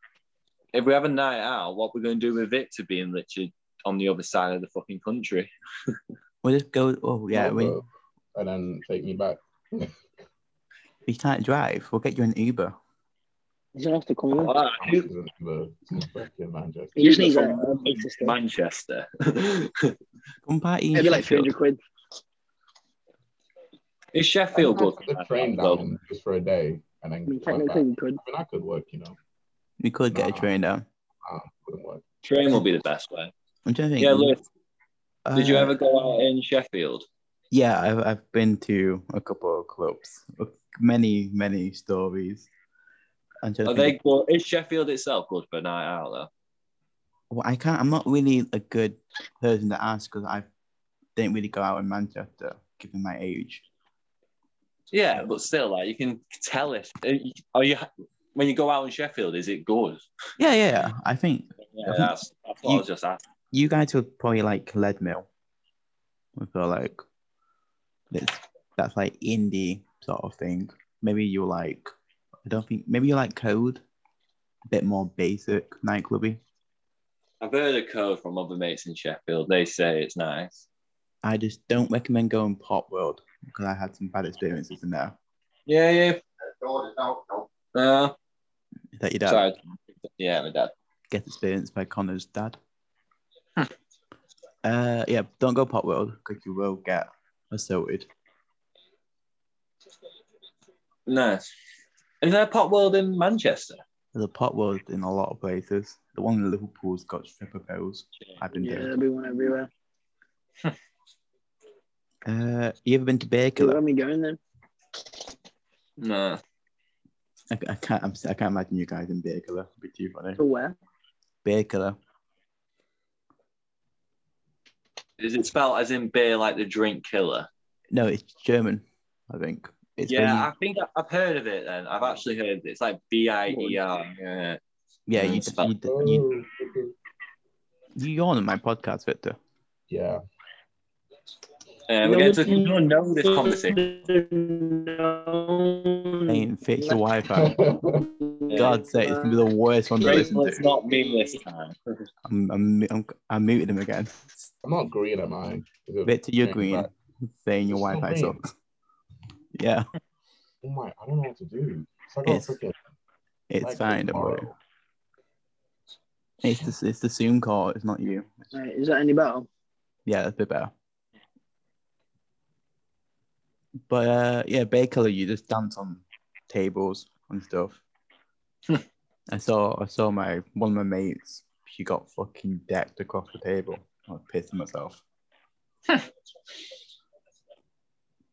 Speaker 2: if we have a night out, what we're going to do with it to being literally on the other side of the fucking country?
Speaker 1: we'll just go oh yeah, we,
Speaker 3: Volvo. And then take me back.
Speaker 1: we can't drive. We'll get you an Uber.
Speaker 4: You don't have to come in.
Speaker 2: Ah,
Speaker 3: This isn't the- this is back in Manchester.
Speaker 4: You just need a,
Speaker 2: from
Speaker 4: a big system.
Speaker 2: Manchester. <laughs>
Speaker 1: Come party. in
Speaker 4: Maybe like
Speaker 1: Sheffield.
Speaker 4: 300 quid.
Speaker 2: Is Sheffield good?
Speaker 3: Put The train down just for a day and then
Speaker 4: I mean,
Speaker 3: come back. I
Speaker 4: technically,
Speaker 3: mean,
Speaker 4: we could.
Speaker 3: I could work, you know.
Speaker 1: We could get a
Speaker 3: Nah.
Speaker 1: train down.
Speaker 3: Ah, wouldn't work.
Speaker 2: Train will be the best way.
Speaker 1: I'm trying to think.
Speaker 2: Yeah, Lewis,
Speaker 1: Uh,
Speaker 2: did you ever go out in Sheffield?
Speaker 1: Yeah, I've, I've been to a couple of clubs, many, many stories. And
Speaker 2: Are they good? Is Sheffield itself good for a night out though?
Speaker 1: well, I can't, I'm not really a good person to ask because I've didn't really go out in Manchester, given my age.
Speaker 2: Yeah, but still, like you can tell if are you when you go out in Sheffield, is it good?
Speaker 1: Yeah, yeah. I think
Speaker 2: Yeah, that's, that's what I was just asking.
Speaker 1: you guys would probably like Leadmill. I feel like that's that's like indie sort of thing. Maybe you like I don't think maybe you like Code, a bit more basic nightclubby.
Speaker 2: I've heard a code from other mates in Sheffield. They say it's nice.
Speaker 1: I just don't recommend going Pop World because I had some bad experiences in there.
Speaker 2: Yeah, yeah. Uh,
Speaker 1: Is that your dad
Speaker 2: Sorry. Yeah, my dad.
Speaker 1: gets experienced by Connor's dad? uh, yeah, don't go Pop World because you will get assaulted.
Speaker 2: Nice. Is there a pop world in Manchester?
Speaker 1: There's a Pop World in a lot of places. The one in Liverpool's got stripper poles. I've been
Speaker 4: Yeah,
Speaker 1: doing.
Speaker 4: there'll be one everywhere.
Speaker 1: Uh, you ever been to
Speaker 4: Where
Speaker 1: Baker?
Speaker 4: are we going then?
Speaker 2: No.
Speaker 1: I, I can't. I'm, si can't imagine you guys in Baker. It'd be too funny.
Speaker 4: To where?
Speaker 1: Baker.
Speaker 2: Is it spelled as in beer like the drink killer?
Speaker 1: No, it's German. I think. It's
Speaker 2: yeah,
Speaker 1: when you-
Speaker 2: I think I- I've heard of it then. I've actually heard of it. It's like B I E R. Yeah.
Speaker 1: yeah. You,
Speaker 2: it's spelled-
Speaker 1: you, you,
Speaker 3: Oh.
Speaker 1: you yawn in my podcast, Victor.
Speaker 3: Yeah.
Speaker 2: Uh, we're going to no one knows this conversation. Mm.
Speaker 1: Ain't fix the Wi-Fi.
Speaker 3: <laughs> That's
Speaker 1: God's sake, it's gonna be the worst one to listen
Speaker 2: Grateful it's
Speaker 1: to.
Speaker 2: not me this time. <laughs>
Speaker 1: I'm, I'm, I'm, I muted him again.
Speaker 3: I'm not green, am I? Is it-
Speaker 1: Victor, you're
Speaker 3: Yeah,
Speaker 1: green,
Speaker 3: right.
Speaker 1: saying your
Speaker 3: It's
Speaker 1: Wi-Fi
Speaker 3: still green.
Speaker 1: sucks. <laughs> Yeah,
Speaker 3: Oh my, I don't know what to do. It's like, oh,
Speaker 1: It's-
Speaker 3: freaking,
Speaker 1: it's
Speaker 3: like
Speaker 1: fine. Don't worry.
Speaker 3: tomorrow.
Speaker 1: It's the, it's the Zoom call. It's not you.
Speaker 4: Right, is that any better?
Speaker 1: Yeah, that's a bit better. But uh, yeah, Baker, you just dance on tables and stuff. I saw I saw my one of my mates. She got fucking decked across the table. I was pissing myself.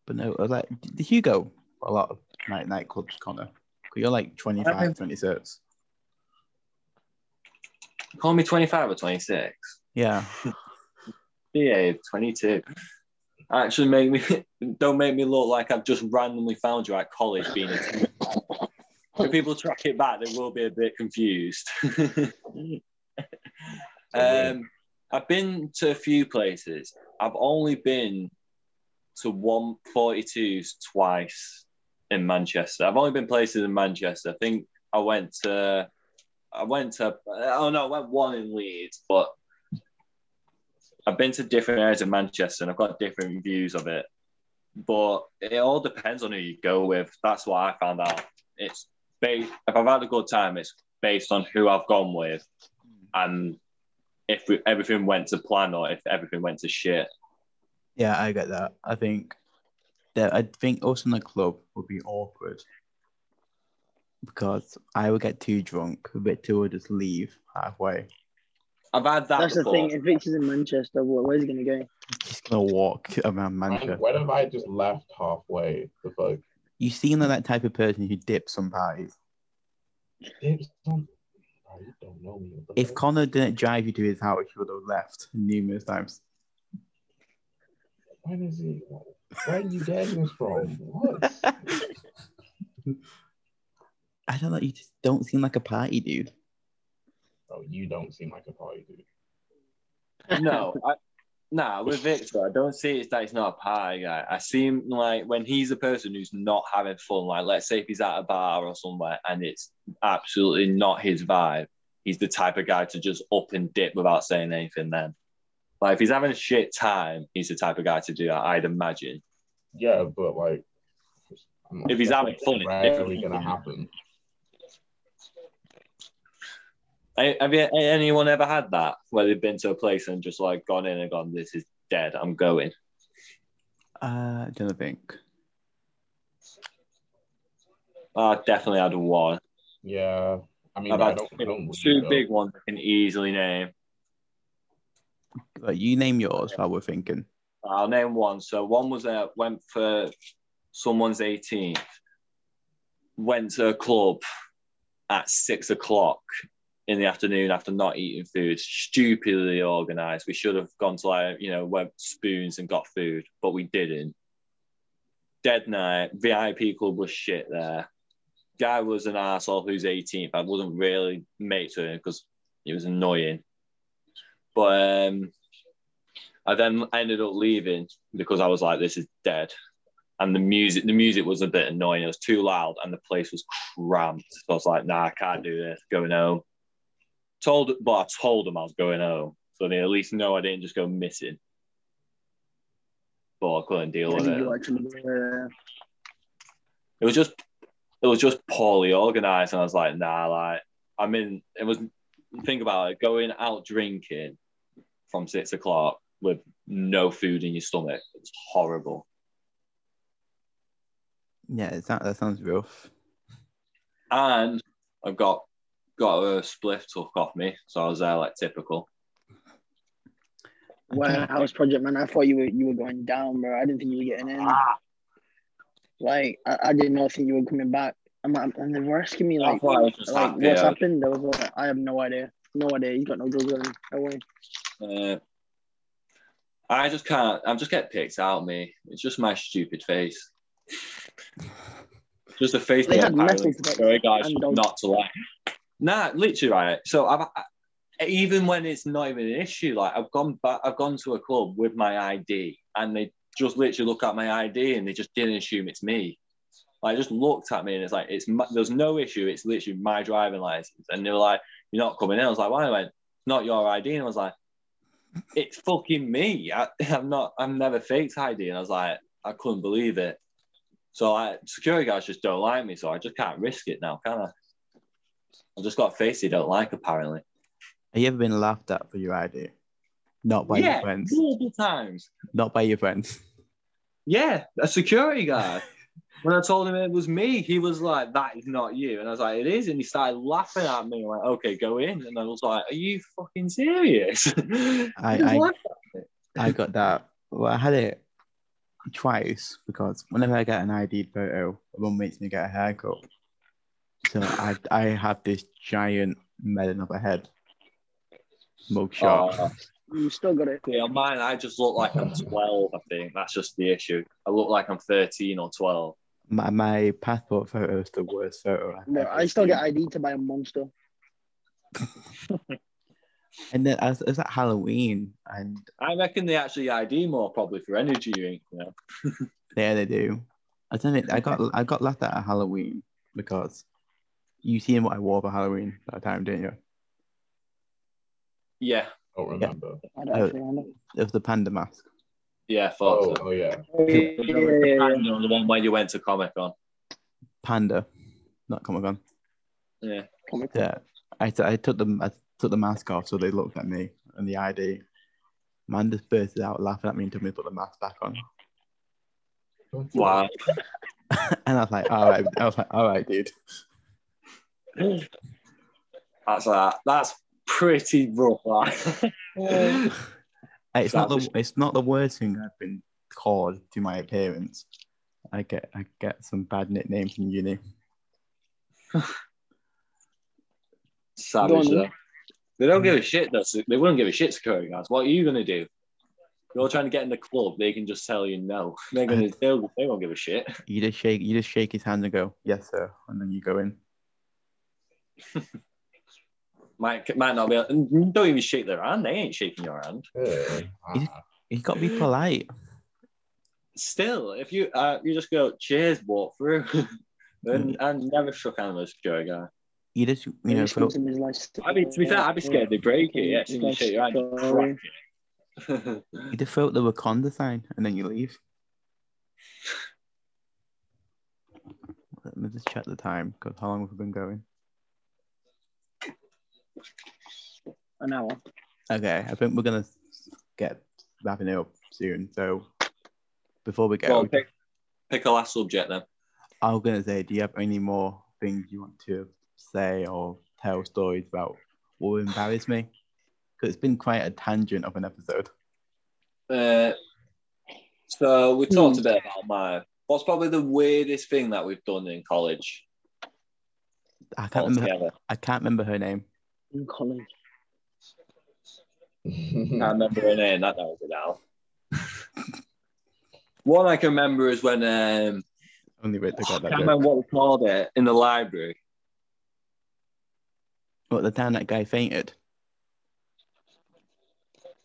Speaker 1: but no, I was like, did you go a lot of night nightclubs, Connor? 'Cause You're like 25, 26.
Speaker 2: Call me 25 or 26.
Speaker 1: Yeah.
Speaker 2: Yeah, 22. Actually, make me <laughs> don't make me look like I've just randomly found you at college being. A teen. if people track it back, they will be a bit confused. <laughs> um, I've been to a few places. I've only been to 142s twice in Manchester. I've only been places in Manchester. I think I went to, I went to, oh no, I went one in Leeds, but I've been to different areas of Manchester and I've got different views of it. But it all depends on who you go with. That's what I found out. It's based, if I've had a good time, it's based on who I've gone with and if we, everything went to plan or if everything went to shit.
Speaker 1: Yeah, I get that. I think that I think us in the club would be awkward because I would get too drunk. Victor would just leave halfway.
Speaker 2: I've had that
Speaker 4: That's the
Speaker 2: before.
Speaker 4: thing. If Vic's in Manchester, where- where's he gonna go?
Speaker 1: Just gonna walk around
Speaker 3: man,
Speaker 1: Manchester.
Speaker 3: what if I just left halfway? The fuck?
Speaker 1: You seem like that type of person who dips some parties.
Speaker 3: Dibs on- Bro, you don't know me. what the
Speaker 1: If
Speaker 3: fuck?
Speaker 1: Connor didn't drive you to his house, you would have left numerous times.
Speaker 3: When is he? Where are you getting this from? What?
Speaker 1: <laughs> I don't know. You just don't seem like a party dude.
Speaker 3: Bro, you don't seem like a party dude.
Speaker 2: no, I, nah, with Victor, I don't see it that he's not a party guy. I see him like when he's a person who's not having fun, like let's say if he's at a bar or somewhere and it's absolutely not his vibe, he's the type of guy to just up and dip without saying anything then. Like if he's having a shit time, he's the type of guy to do that, I'd imagine.
Speaker 3: Yeah, but like, I'm like,
Speaker 2: If he's
Speaker 3: that's
Speaker 2: having fun, it's
Speaker 3: rarely
Speaker 2: different.
Speaker 3: gonna happen.
Speaker 2: Eh, Have you, anyone ever had that where they've been to a place and just like gone in and gone, this is dead, I'm going?
Speaker 1: Uh, I don't think.
Speaker 2: I definitely had one.
Speaker 3: Yeah, I mean,
Speaker 2: I've
Speaker 3: I
Speaker 2: had
Speaker 3: don't, I don't
Speaker 2: two
Speaker 3: really
Speaker 2: big ones I can easily name.
Speaker 1: But you name yours while we're thinking.
Speaker 2: I'll name one. So one was uh, went for someone's 18th, went to a club at six o'clock in the afternoon after not eating food, stupidly organized. We should have gone to like, you know, web spoons and got food, but we didn't. Dead night, VIP club was shit there. Guy was an asshole who's 18th. I wasn't really mates with him because it was annoying. But um, I then ended up leaving because I was like, this is dead. And the music, the music was a bit annoying. It was too loud and the place was cramped. So I was like, nah, I can't do this. Going home. Told but I told them I was going home. So they at least know I didn't just go missing. But I couldn't deal
Speaker 4: I
Speaker 2: with
Speaker 4: think
Speaker 2: it.
Speaker 4: you actually uh,
Speaker 2: It was just it was just poorly organized. And I was like, nah, like I mean, it was think about it, going out drinking from six o'clock with no food in your stomach. It's horrible.
Speaker 1: Yeah, it's that, that sounds rough.
Speaker 2: And I've got got a spliff took off me, so I was there like typical.
Speaker 4: warehouse project, man. I thought you were you were going down, bro. I didn't think you were getting in.
Speaker 2: Ah.
Speaker 4: Like I, I did not think you were coming back. I'm, I'm, and they were asking me like,
Speaker 2: That's why I was just
Speaker 4: like
Speaker 2: happy,
Speaker 4: what's
Speaker 2: uh,
Speaker 4: happened? I was like, I have no idea. No idea. You got no good going. No way.
Speaker 2: Uh, I just can't. I just get picked out, me. It's just my stupid face. just a face.
Speaker 4: They
Speaker 2: that
Speaker 4: had
Speaker 2: I'm like,
Speaker 4: message boxes
Speaker 2: Sorry, guys,
Speaker 4: and dogs.
Speaker 2: not to like. Nah, literally, right. So I've I, even when it's not even an issue, like I've gone back, I've gone to a club with my ID, and they just literally look at my ID, and they just didn't assume it's me. Like just looked at me, and it's like it's my, there's no issue. It's literally my driving license, and they were like, "You're not coming in." I was like, "Why?" I went, "It's "Not your ID," and I was like it's fucking me. I, <laughs> I'm not, I'm never faked ID. And I was like, I couldn't believe it. So I, security guys just don't like me. So I just can't risk it now, can I? I just got a face they don't like, apparently.
Speaker 1: Have you ever been laughed at for your ID? Not by your
Speaker 2: yeah,
Speaker 1: friends.
Speaker 2: multiple times.
Speaker 1: Not by your friends.
Speaker 2: Yeah, a
Speaker 1: <laughs>
Speaker 2: security guy. when I told him it was me, he was like, that is not you. And I was like, it is. And he started laughing at me. I'm like, okay, go in. And I was like, are you fucking serious? <laughs> I,
Speaker 1: I- I got that. Well, I had it twice because whenever I get an ID photo, my mum makes me get a haircut. So I, I have this giant melon up ahead mugshot.
Speaker 2: Oh.
Speaker 4: You still got it.
Speaker 2: See, on mine, I just look like I'm 12, I think. That's just the issue. I look like I'm 13 or 12.
Speaker 1: My, my passport photo is the worst photo. I've
Speaker 4: Bro,
Speaker 1: ever
Speaker 4: I still
Speaker 1: seen.
Speaker 4: get ID to buy a monster.
Speaker 1: And then I was, it was at Halloween, and
Speaker 2: I reckon they actually ID more probably for energy drink. You know?
Speaker 1: there they do. I don't think I got I got laughed at at Halloween because you seen what I wore for Halloween that time, didn't you?
Speaker 2: Yeah,
Speaker 3: don't remember.
Speaker 4: I don't
Speaker 1: Oh.
Speaker 4: actually know.
Speaker 1: It was the panda mask.
Speaker 2: yeah, I thought
Speaker 3: Oh,
Speaker 2: so.
Speaker 3: oh yeah.
Speaker 4: Oh, yeah,
Speaker 2: The
Speaker 4: yeah, yeah, yeah.
Speaker 2: panda on the one where you went to Comic Con.
Speaker 1: Panda, not Comic Con.
Speaker 2: Yeah.
Speaker 4: Comic Con.
Speaker 1: Yeah, I t- I took them. I took the mask off, so they looked at me and the ID. Man just bursted out laughing at me and told me to put the mask back on. <laughs>
Speaker 2: Wow.
Speaker 1: and I was like, all right. I was like, all right, dude.
Speaker 2: That's that. That's pretty rough. Like.
Speaker 1: <laughs> It's not the
Speaker 2: Savage.
Speaker 1: it's not the worst thing I've been called to my appearance. I get I get some bad nicknames in uni.
Speaker 2: Savage,
Speaker 4: Go on,
Speaker 2: though. They don't give a shit, though. so They wouldn't give a shit, security guys. What are you going to do? You're trying to get in the club, they can just tell you no. They're gonna, they'll, they won't give a shit.
Speaker 1: You just shake you just shake his hand and go, yes sir, and then you go in.
Speaker 2: Might might not be. and Don't even shake their hand. They ain't shaking your hand.
Speaker 3: Yeah. Ah,
Speaker 1: You got to be polite.
Speaker 2: Still, if you uh, you just go cheers, walk through. <laughs> and I never shook hands with a security guy.
Speaker 1: You just you know
Speaker 4: His
Speaker 1: throw,
Speaker 4: system is like-
Speaker 2: I mean, to be fair, I'd be scared they break it. Yeah, as soon as you shake your hand, you
Speaker 4: Sorry.
Speaker 2: crack it.
Speaker 1: you just throw out the Wakanda sign and then you leave. Let me just check the time because how long have we been going?
Speaker 4: An hour.
Speaker 1: Okay, I think we're gonna get wrapping it up soon. So before we go,
Speaker 2: Go on, pick, pick a last subject then.
Speaker 1: I was gonna say, do you have any more things you want to say or tell stories about? What would embarrass me? Because it's been quite a tangent of an episode.
Speaker 2: Uh, so we
Speaker 4: Hmm.
Speaker 2: talked a bit about my. What's probably the weirdest thing that we've done in college
Speaker 1: I can't remember.
Speaker 2: altogether?
Speaker 1: I can't remember her name.
Speaker 4: in college.
Speaker 3: Ah. <laughs>
Speaker 2: I remember her name. That, that was it now. <laughs> One I can remember is when um,
Speaker 1: Only way they
Speaker 2: I
Speaker 1: got that
Speaker 2: can't
Speaker 1: joke.
Speaker 2: remember what we called it in the library.
Speaker 1: What, the time that guy fainted? <laughs>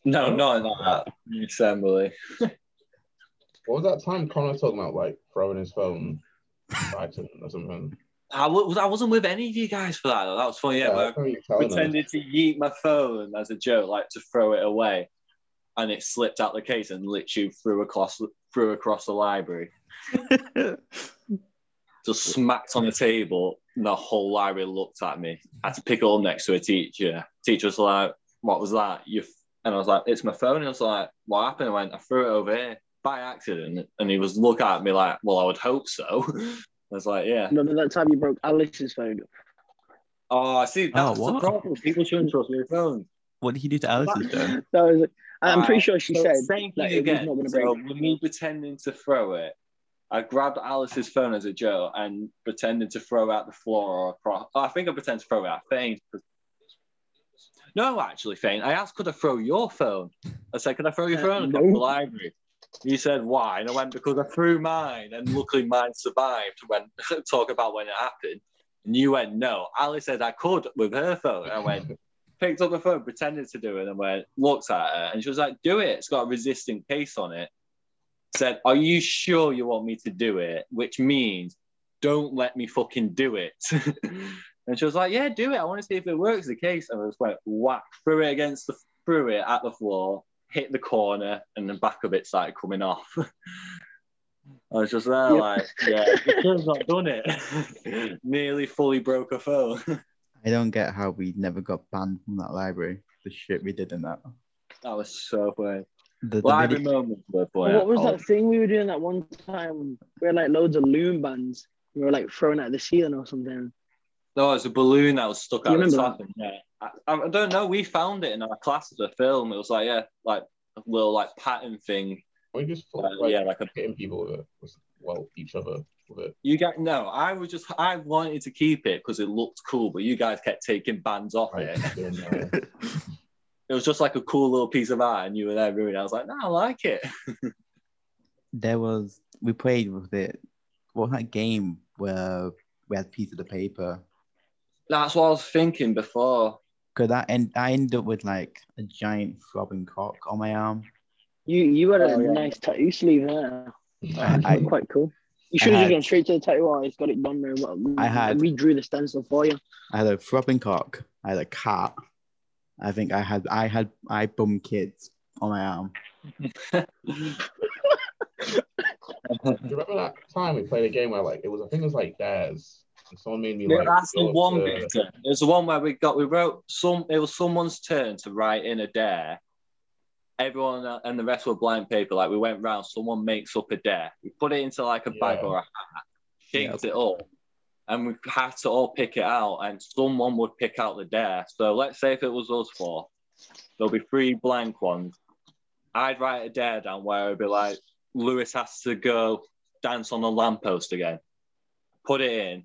Speaker 2: No, not in <laughs> that the assembly.
Speaker 3: What was that time Connor was talking about, like throwing
Speaker 1: <laughs>
Speaker 3: his phone by accident or something?
Speaker 2: I, w- I wasn't with any of you guys for that. Though. That was funny. Yeah,
Speaker 3: I
Speaker 2: where
Speaker 3: remember you
Speaker 2: I
Speaker 3: telling us.
Speaker 2: pretended to yeet my phone as a joke, like to throw it away, and it slipped out the case and literally flew across flew across the library. Just smacked on the table, and the whole library looked at me. I had to pick it up next to a teacher. Teacher was like, "What was that?" You f-? and I was like, "It's my phone." He was like, "What happened?" I went, "I threw it over here by accident," and he was looking at me like, "Well, I would hope so." <laughs> I was like, "Yeah."
Speaker 4: Remember that time you broke Alice's phone?
Speaker 2: Oh, I see.
Speaker 1: Oh,
Speaker 2: That's the
Speaker 1: what?
Speaker 2: problem. People shouldn't trust their phone.
Speaker 1: what did he do to Alice's phone?
Speaker 4: That was, I'm pretty
Speaker 2: Alright,
Speaker 4: sure she
Speaker 2: So
Speaker 4: said
Speaker 2: same
Speaker 4: that
Speaker 2: thing
Speaker 4: it was
Speaker 2: again.
Speaker 4: not going to
Speaker 2: So
Speaker 4: break.
Speaker 2: with me pretending to throw it, I grabbed Alice's phone as a joke and pretended to throw it at the floor or across. Oh, I think I pretended to throw it. I feigned. No, actually, faint. I asked, could I throw your phone? I said, could I throw your
Speaker 4: Uh,
Speaker 2: phone
Speaker 4: no.
Speaker 2: across the library? You said why, and I went because I threw mine, and luckily mine survived. When talk about when it happened, and you went no. Alice said I could with her phone. I went <laughs> picked up the phone, pretended to do it, and went, looked at her, and she was like, Do it. It's got a resistant case on it. Said, Are you sure you want me to do it? Which means, Don't let me fucking do it. <laughs> and she was like, Yeah, do it. I want to see if it works. The case. And I just went, Whack, threw it against the, threw it at the floor, hit the corner, and the back of it started coming off. I was just there,
Speaker 4: Yeah.
Speaker 2: like,
Speaker 4: <laughs>
Speaker 2: yeah, you could have not done it. <laughs> Nearly fully broke a phone.
Speaker 1: I don't get how we never got banned from that library. The shit we did in that.
Speaker 2: <laughs> that was so funny.
Speaker 1: The, the
Speaker 2: Library
Speaker 1: video-
Speaker 2: moments were
Speaker 4: What
Speaker 2: playing.
Speaker 4: was
Speaker 1: oh.
Speaker 4: that thing we were doing that one time? We had like loads of loom bands. We were like throwing at the ceiling or something.
Speaker 2: No, it was a balloon that was stuck
Speaker 4: You
Speaker 2: out the
Speaker 4: remember
Speaker 2: top. and, Yeah. I, I don't know. We found it in our class as a film. It was like yeah, like a little like pattern thing.
Speaker 3: We just
Speaker 2: Uh,
Speaker 3: like,
Speaker 2: yeah, like a
Speaker 3: hitting people with it. Was- Well, each other with it.
Speaker 2: you guys. No, I was just I wanted to keep it because it looked cool, but you guys kept taking bands off
Speaker 3: Like,
Speaker 1: <laughs>
Speaker 2: it.
Speaker 3: doing, uh,
Speaker 2: It was just like a cool little piece of art, and you were there ruining. it. I was like, no, I like it.
Speaker 1: there was we played with it. What was that game where we had pieces of paper?
Speaker 2: That's what I was thinking before.
Speaker 1: Cause I end I ended up with like a giant throbbing cock on my arm.
Speaker 4: You you had a
Speaker 2: Oh, yeah.
Speaker 4: nice tattoo sleeve there.
Speaker 1: I-
Speaker 4: quite cool. You should have
Speaker 1: had-
Speaker 4: just gone straight to the tattoo artist, got it done there. But
Speaker 1: I had-
Speaker 4: we drew the stencil for you.
Speaker 1: I had a throbbing cock. I had a cat. I think I had I had I bum kids on my arm.
Speaker 3: Do you remember that time we played a game where like it was I think it was like dares and someone made me
Speaker 2: Yeah,
Speaker 3: like
Speaker 2: that's the
Speaker 3: go up
Speaker 2: one
Speaker 3: to-
Speaker 2: bit. It was the one where we got we wrote some. It was someone's turn to write in a dare. Everyone uh, and the rest were blank paper. Like we went round, someone makes up a dare. We put it into like a bag
Speaker 3: Yeah.
Speaker 2: or a hat, shaped it up, and we had to all pick it out. And someone would pick out the dare. So let's say if it was us four, there'll be three blank ones. I'd write a dare down where it'd be like Lewis has to go dance on the lamppost again. Put it in.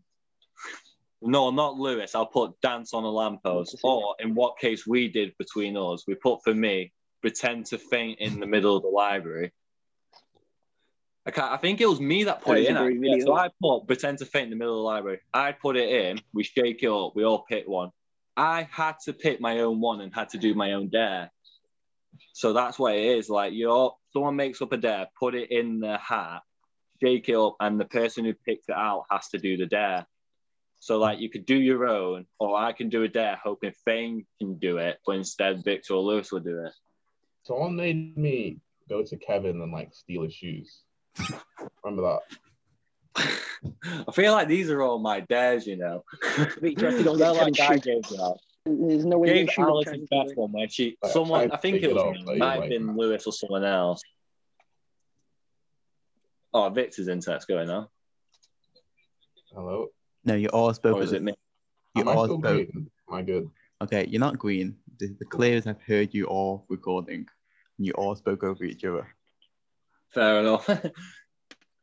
Speaker 2: No, not Lewis. I'll put dance on a lamppost. Or in what case we did between us, we put for me pretend to faint in the middle of the library. I can't, I think it was me that put
Speaker 4: That
Speaker 2: it
Speaker 4: is
Speaker 2: in.
Speaker 4: a great
Speaker 2: actually.
Speaker 4: video.
Speaker 2: so I put pretend to faint in the middle of the library. I put it in. We shake it up. We all pick one. I had to pick my own one and had to do my own dare. So that's what it is. Like you're someone makes up a dare, put it in the hat, shake it up, and the person who picked it out has to do the dare. So like you could do your own, or I can do a dare hoping Fane can do it, but instead Victor or Lewis will do it. <laughs>
Speaker 3: Someone made me go to Kevin and like steal his shoes. Remember that?
Speaker 2: I feel like these are all my dares, you know.
Speaker 4: Victor had to go and
Speaker 2: They're
Speaker 4: get
Speaker 2: like
Speaker 4: Kevin's
Speaker 2: I
Speaker 4: shoe.
Speaker 2: gave that.
Speaker 4: There's no way
Speaker 2: Gave
Speaker 4: you
Speaker 2: Alice his best one when she
Speaker 3: Like,
Speaker 2: someone
Speaker 3: I
Speaker 2: I think
Speaker 3: picked
Speaker 2: it
Speaker 3: it
Speaker 2: was
Speaker 3: up, like,
Speaker 2: might have
Speaker 3: like-
Speaker 2: been Lewis or someone else. Oh, Victor's internet's going on.
Speaker 3: Hello.
Speaker 1: No, you all spoke.
Speaker 2: Or is
Speaker 1: at
Speaker 2: it
Speaker 1: the-
Speaker 2: me?
Speaker 1: You
Speaker 3: Am I
Speaker 1: all
Speaker 3: still
Speaker 1: spoke.
Speaker 3: green? Am I good?
Speaker 1: Okay, you're not green. The, the clear is I've heard you all recording. And you all spoke over each other.
Speaker 2: Fair enough. <laughs>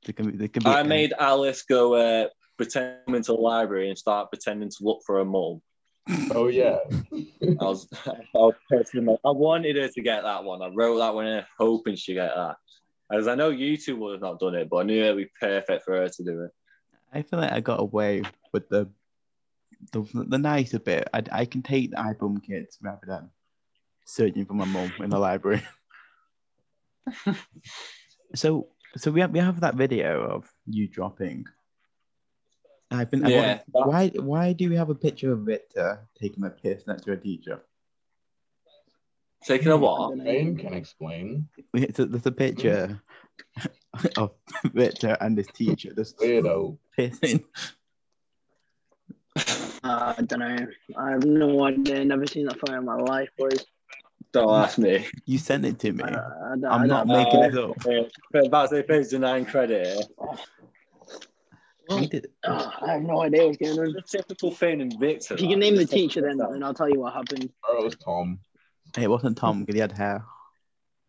Speaker 1: There can be, there can be
Speaker 2: I made Alice go uh, pretend to come into the library and start pretending to look for her mum.
Speaker 3: Oh yeah.
Speaker 2: I was, <laughs> I was pressing my- I wanted her to get that one. I wrote that one in hoping she'd get that. As I know you two would have not done it, but I knew it would be perfect for her to do it.
Speaker 1: I feel like I got away with the the, the nicer bit. I, I can take the iBum kids rather than searching for my mum in the library. <laughs> so so we have, we have that video of you dropping. I think I
Speaker 2: Yeah.
Speaker 1: want- why why do we have a picture of Victor taking a piss next to a teacher?
Speaker 4: Hmm.
Speaker 2: Taking a what?
Speaker 3: Rain can explain.
Speaker 1: There's a, there's a picture <laughs> of Victor and his teacher just
Speaker 3: Weirdo.
Speaker 1: pissing.
Speaker 4: Uh, I don't know. I have no idea. Never seen that photo in my life, boys.
Speaker 2: Don't ask me.
Speaker 1: You sent it to me.
Speaker 4: I, I, don't- I
Speaker 1: I'm not
Speaker 4: don't-
Speaker 1: making it up.
Speaker 2: Uh, about to say page denying credit. here.
Speaker 1: We did-
Speaker 4: Ugh, uh, I have no idea what's going on.
Speaker 2: The typical thing in Victor.
Speaker 4: If you can name the teacher, then, then I'll tell you what happened.
Speaker 3: Or it was Tom.
Speaker 1: It wasn't Tom because he had hair.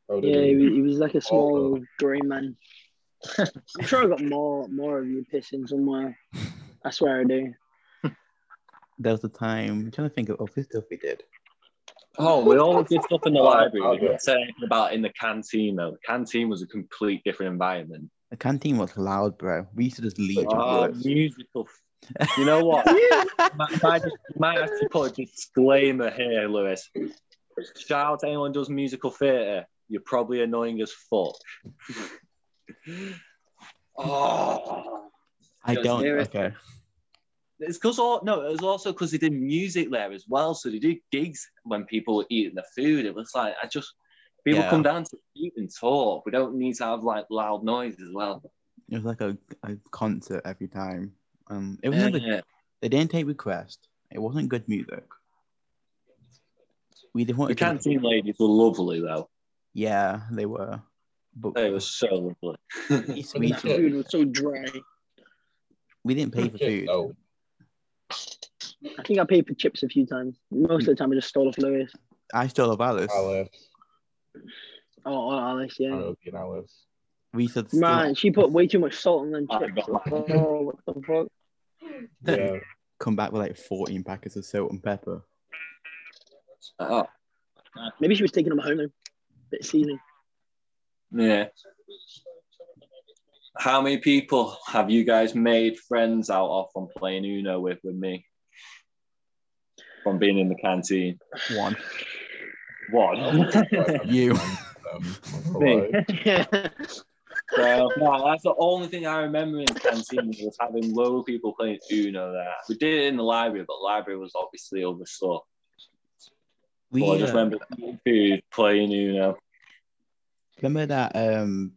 Speaker 3: Oh,
Speaker 4: Yeah, he
Speaker 3: did
Speaker 4: was, he was like a small grey man. <laughs> I'm sure I got more more of you pissing somewhere. I swear I do.
Speaker 1: There was a time. I'm trying to think of all the stuff we did.
Speaker 2: Oh, we all did stuff in the
Speaker 3: Oh,
Speaker 2: library.
Speaker 3: okay.
Speaker 2: We were saying about in the canteen though. The canteen was a complete different environment.
Speaker 1: The canteen was loud, bro. We used to just leave.
Speaker 2: Oh, <laughs>
Speaker 1: afterwards.
Speaker 2: musical. You know what?
Speaker 4: <laughs>
Speaker 2: might, might, just, might have to put a disclaimer here, Lewis. Shout out to anyone who does musical theatre. You're probably annoying as fuck. <laughs> oh,
Speaker 1: I don't.
Speaker 4: Seriously.
Speaker 1: Okay.
Speaker 2: it's because all no, it was also because they did music there as well. So they did gigs when people were eating the food. It was like I just people
Speaker 1: Yeah.
Speaker 2: come down to eat and talk. We don't need to have like loud noise as well.
Speaker 1: It was like a, a concert every time. Um, it was
Speaker 2: Yeah,
Speaker 1: never,
Speaker 2: yeah.
Speaker 1: they didn't take requests. It wasn't good music. We didn't want
Speaker 2: The canteen ladies were lovely though.
Speaker 1: Yeah, they were. But
Speaker 2: They were so lovely.
Speaker 1: we,
Speaker 3: But
Speaker 1: we,
Speaker 3: that Yeah.
Speaker 4: Food was so dry.
Speaker 1: we didn't pay for
Speaker 3: Shit,
Speaker 1: food.
Speaker 3: though.
Speaker 4: I think I paid for chips a few times. Most of the time, I just stole off Lewis.
Speaker 1: I stole a Alice.
Speaker 3: Alice.
Speaker 4: Oh, oh Alice, yeah.
Speaker 3: Karaoke
Speaker 1: <laughs>
Speaker 3: and Alice.
Speaker 1: We should steal-
Speaker 4: Man, she put way too much salt on them
Speaker 2: Oh,
Speaker 4: chips.
Speaker 2: God.
Speaker 4: Oh, <laughs> what the fuck?
Speaker 3: Yeah.
Speaker 1: come back with like 14 packets of salt and pepper.
Speaker 2: Oh,
Speaker 4: Maybe she was taking them home. Though. Bit seasoning.
Speaker 2: Yeah. How many people have you guys made friends out of from playing Uno with, with me? From being in the canteen?
Speaker 1: One. <laughs>
Speaker 2: One.
Speaker 3: <laughs>
Speaker 1: You.
Speaker 3: Um, alright.
Speaker 2: so, no, that's the only thing I remember in the canteen was having low people playing Uno there. We did it in the library, but library was obviously overstuffed.
Speaker 1: We
Speaker 2: Well, I just
Speaker 1: uh,
Speaker 2: remember eating food playing Uno.
Speaker 1: Remember that um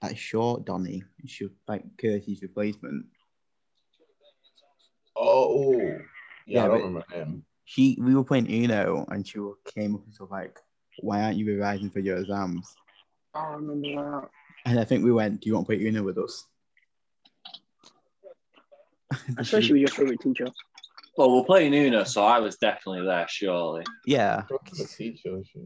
Speaker 1: that short Donny, she was like Curtis' replacement.
Speaker 3: Oh. Yeah,
Speaker 1: Yeah,
Speaker 3: I
Speaker 1: but-
Speaker 3: don't remember him.
Speaker 1: She we were playing Uno and she came up and was like, "Why aren't you revising for your exams?"
Speaker 4: oh, I remember that.
Speaker 1: And I think we went, "Do you want to play Uno with us?" <laughs>
Speaker 4: I swear she was your favorite teacher.
Speaker 2: Well, we're playing Uno, so I was definitely there, surely.
Speaker 1: Yeah,
Speaker 3: Talk to the teacher. shit.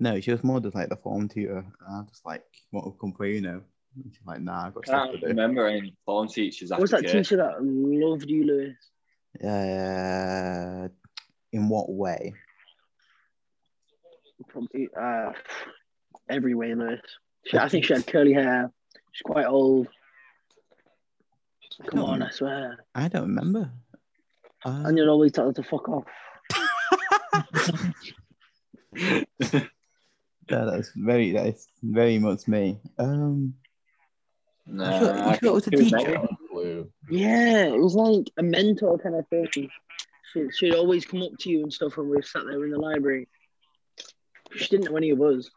Speaker 1: no, she was more just like the form tutor. And I was just like, "Want to come play Uno?" And she's like, "Nah, I've got
Speaker 2: I
Speaker 1: stuff
Speaker 2: can't
Speaker 1: to do."
Speaker 2: remember any form teachers.
Speaker 4: What was
Speaker 2: after
Speaker 4: that
Speaker 2: Curtis.
Speaker 4: teacher that loved you, Lewis?
Speaker 1: Uh, in what way?
Speaker 4: Probably uh, every way, Lewis. She, I think she had curly hair. She's quite old. Come on, I swear.
Speaker 1: I don't remember. Uh,
Speaker 4: And you'd always tell her to fuck off.
Speaker 1: yeah, that's very that's very much me. Um.
Speaker 2: Nah,
Speaker 1: Sure, you
Speaker 2: I
Speaker 1: sure Uh, it was a
Speaker 2: can't do
Speaker 1: teacher?
Speaker 2: that.
Speaker 3: Blue.
Speaker 4: Yeah, it was like a mentor kind of thing. She, she'd always come up to you and stuff when we sat there in the library. She didn't know any of us.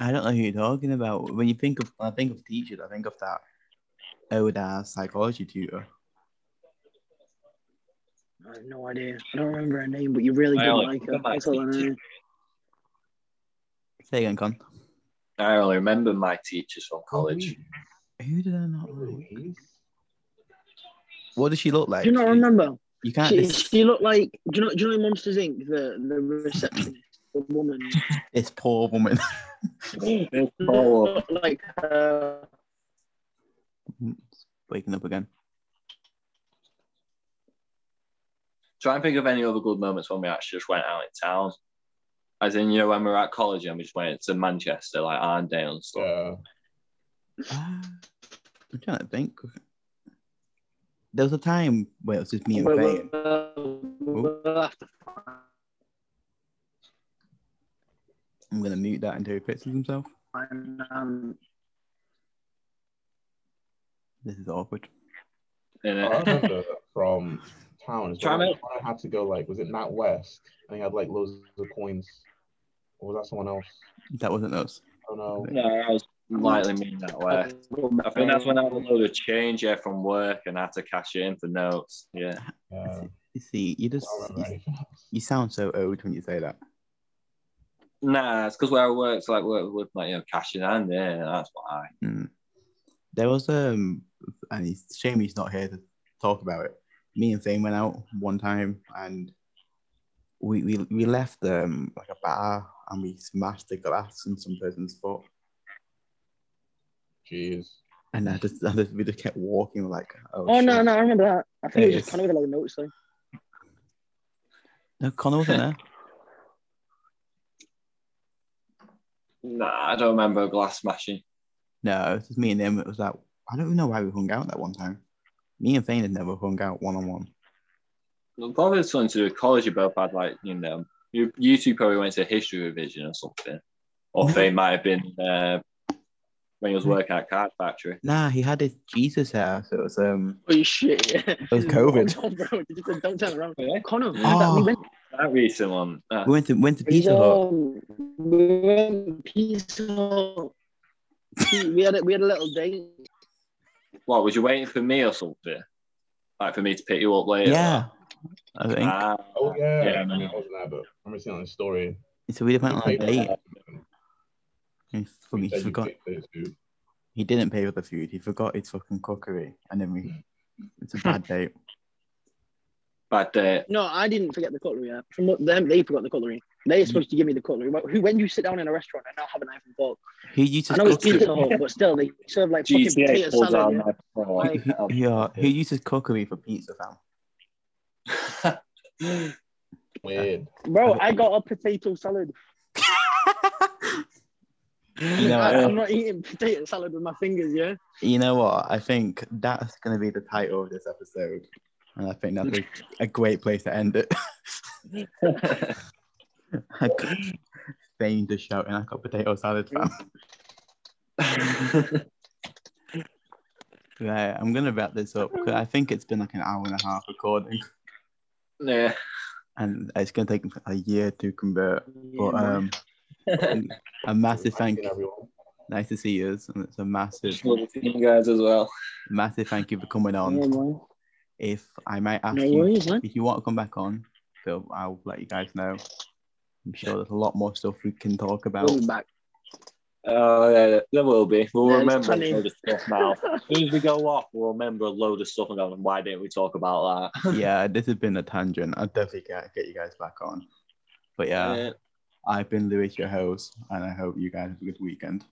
Speaker 1: I don't know who you're talking about. When you think of when I think of teachers, I think of that old ass psychology tutor.
Speaker 4: I have no idea. I don't remember her name, but you really
Speaker 2: I
Speaker 4: didn't
Speaker 2: only
Speaker 4: like her.
Speaker 2: remember my
Speaker 4: That's all I know.
Speaker 1: Say again, Con.
Speaker 2: I only remember my teachers
Speaker 4: Oh,
Speaker 2: from college.
Speaker 1: Who did I not like?
Speaker 3: Louise?
Speaker 1: What does she look like?
Speaker 4: Do you not remember?
Speaker 1: You can't.
Speaker 4: She,
Speaker 1: This,
Speaker 4: she looked like do you know do you know in Monsters Inc. the the receptionist, the woman.
Speaker 1: this poor woman. <laughs>
Speaker 2: Oh,
Speaker 4: Looked like uh, her.
Speaker 1: Waking up again.
Speaker 2: Try and think of any other good moments when we actually just went out in town. As in, you know, when we were at college and we just went to Manchester, like Arndale and stuff.
Speaker 3: Yeah.
Speaker 1: Uh, I'm trying to think. There was a time where it was just me and
Speaker 4: We'll-
Speaker 1: Faye.
Speaker 4: we'll- we'll have to
Speaker 1: I'm gonna mute that until he fixes himself.
Speaker 4: find, um,
Speaker 1: This is awkward.
Speaker 2: And,
Speaker 3: I
Speaker 2: uh,
Speaker 3: remember from town.
Speaker 2: Try
Speaker 3: Try when
Speaker 2: me.
Speaker 3: I had to go like, was it Matt West? And he had like loads of coins. Or was that someone else?
Speaker 1: That wasn't us.
Speaker 3: I don't
Speaker 1: Oh,
Speaker 3: know.
Speaker 2: <laughs> no, I was lightly mean that way. I think that's when I had a load of change yeah, from work and had to cash it in for notes. Yeah.
Speaker 3: Yeah.
Speaker 1: You see, you just
Speaker 3: I don't remember
Speaker 1: you,
Speaker 3: anything else.
Speaker 1: you sound so old when you say that.
Speaker 2: Nah, it's because where I work's like work with like you know cash in hand. Yeah, that's why.
Speaker 1: Mm. There was um, and it's a shame he's not here to talk about it. Me and Fame went out one time and we we, we left um like a bar and we smashed the glass in some person's foot.
Speaker 3: Jeez.
Speaker 1: And I just, I just we just kept walking like oh,
Speaker 4: Oh no,
Speaker 1: shit.
Speaker 4: no, I remember that. I think it
Speaker 1: Yeah,
Speaker 4: was just
Speaker 1: yes.
Speaker 4: kind of like notes though.
Speaker 1: no Connor wasn't there.
Speaker 2: Nah, I don't remember a glass smashing.
Speaker 1: No, it was just me and him. It was like I don't even know why we hung out that one time. Me and Fane had never hung out one on one.
Speaker 2: Well, probably it's something to do with college. You both had like you know you, you two probably went to history revision or something, or
Speaker 1: Mhm.
Speaker 2: they might have been uh, when he was working at Card Factory.
Speaker 1: Nah, he had his Jesus hair, so it was um
Speaker 4: Oh shit! Yeah. It
Speaker 1: was COVID.
Speaker 4: Don't, bro, just don't turn around.
Speaker 2: Yeah.
Speaker 4: Connor,
Speaker 1: Oh.
Speaker 4: we went
Speaker 2: That recent one. Uh,
Speaker 1: we went to went to Pizza Hut.
Speaker 4: Um, we went Pizza Hut. we had a, we had a little date.
Speaker 2: what was you waiting for me or something? Like for me to pick you up later.
Speaker 1: Yeah, I think.
Speaker 2: Ah,
Speaker 3: Oh yeah.
Speaker 2: Yeah,
Speaker 3: I mean,
Speaker 2: man.
Speaker 3: I wasn't there, but I remember seeing on the story.
Speaker 1: So we went on a date. And he,
Speaker 3: You
Speaker 1: fucking
Speaker 3: said you
Speaker 1: forgot.
Speaker 3: picked those two.
Speaker 1: He didn't pay for the food. He forgot his fucking cookery, and then we.
Speaker 4: Hmm.
Speaker 1: It's a bad
Speaker 4: <laughs>
Speaker 1: date.
Speaker 2: bad day.
Speaker 4: No, I didn't forget the cutlery. Yeah. From what- them, they forgot the cutlery.
Speaker 1: Mm.
Speaker 4: They're supposed to give me the cutlery. But who, when you sit down in a restaurant and not have a knife and fork,
Speaker 1: Who used
Speaker 4: I
Speaker 1: to
Speaker 4: know it's
Speaker 1: cook?
Speaker 4: Pizza Hut, but still they serve like fucking potato
Speaker 2: GTA pulls
Speaker 4: salad.
Speaker 2: out
Speaker 4: Yeah.
Speaker 2: my phone. <laughs>
Speaker 4: Like-
Speaker 1: Who, <laughs> yeah, who uses cookery for pizza, fam?
Speaker 3: Weird.
Speaker 4: Bro, I got a potato salad.
Speaker 1: You know,
Speaker 4: I,
Speaker 1: what?
Speaker 4: I'm not eating potato salad with my fingers. Yeah.
Speaker 1: you know what? I think that's gonna be the title of this episode, and I think that's a, a great place to end it. <laughs>
Speaker 4: <laughs>
Speaker 1: I got Fane just shouting, "I got potato salad, fam." Right, I'm gonna wrap this up because I think it's been like an hour and a half recording,
Speaker 2: yeah.
Speaker 1: and it's gonna take a year to convert. But
Speaker 4: Yeah,
Speaker 1: um,
Speaker 4: <laughs>
Speaker 1: a massive thank
Speaker 3: Thank you, everyone.
Speaker 1: Nice to see you, and it's a massive,
Speaker 2: Just love seeing you guys as well.
Speaker 1: massive thank you for coming
Speaker 4: man. Yeah,
Speaker 1: on.
Speaker 4: man.
Speaker 1: If I might ask
Speaker 4: No
Speaker 1: you,
Speaker 4: worries, man.
Speaker 1: if you want to come back on, so I'll let you guys know. I'm sure there's a lot more stuff we can talk about.
Speaker 4: We'll be back.
Speaker 2: Oh, yeah, there will be. We'll
Speaker 4: Yeah, it's
Speaker 2: remember a
Speaker 4: funny.
Speaker 2: load of stuff
Speaker 4: <laughs>
Speaker 2: now. As soon as we go off, we'll remember a load of stuff and go, why didn't we talk about that?
Speaker 1: yeah, this has been a tangent. I'll definitely get, get you guys back on. But yeah, I've been Lewis, your host, and I hope you guys have a good weekend.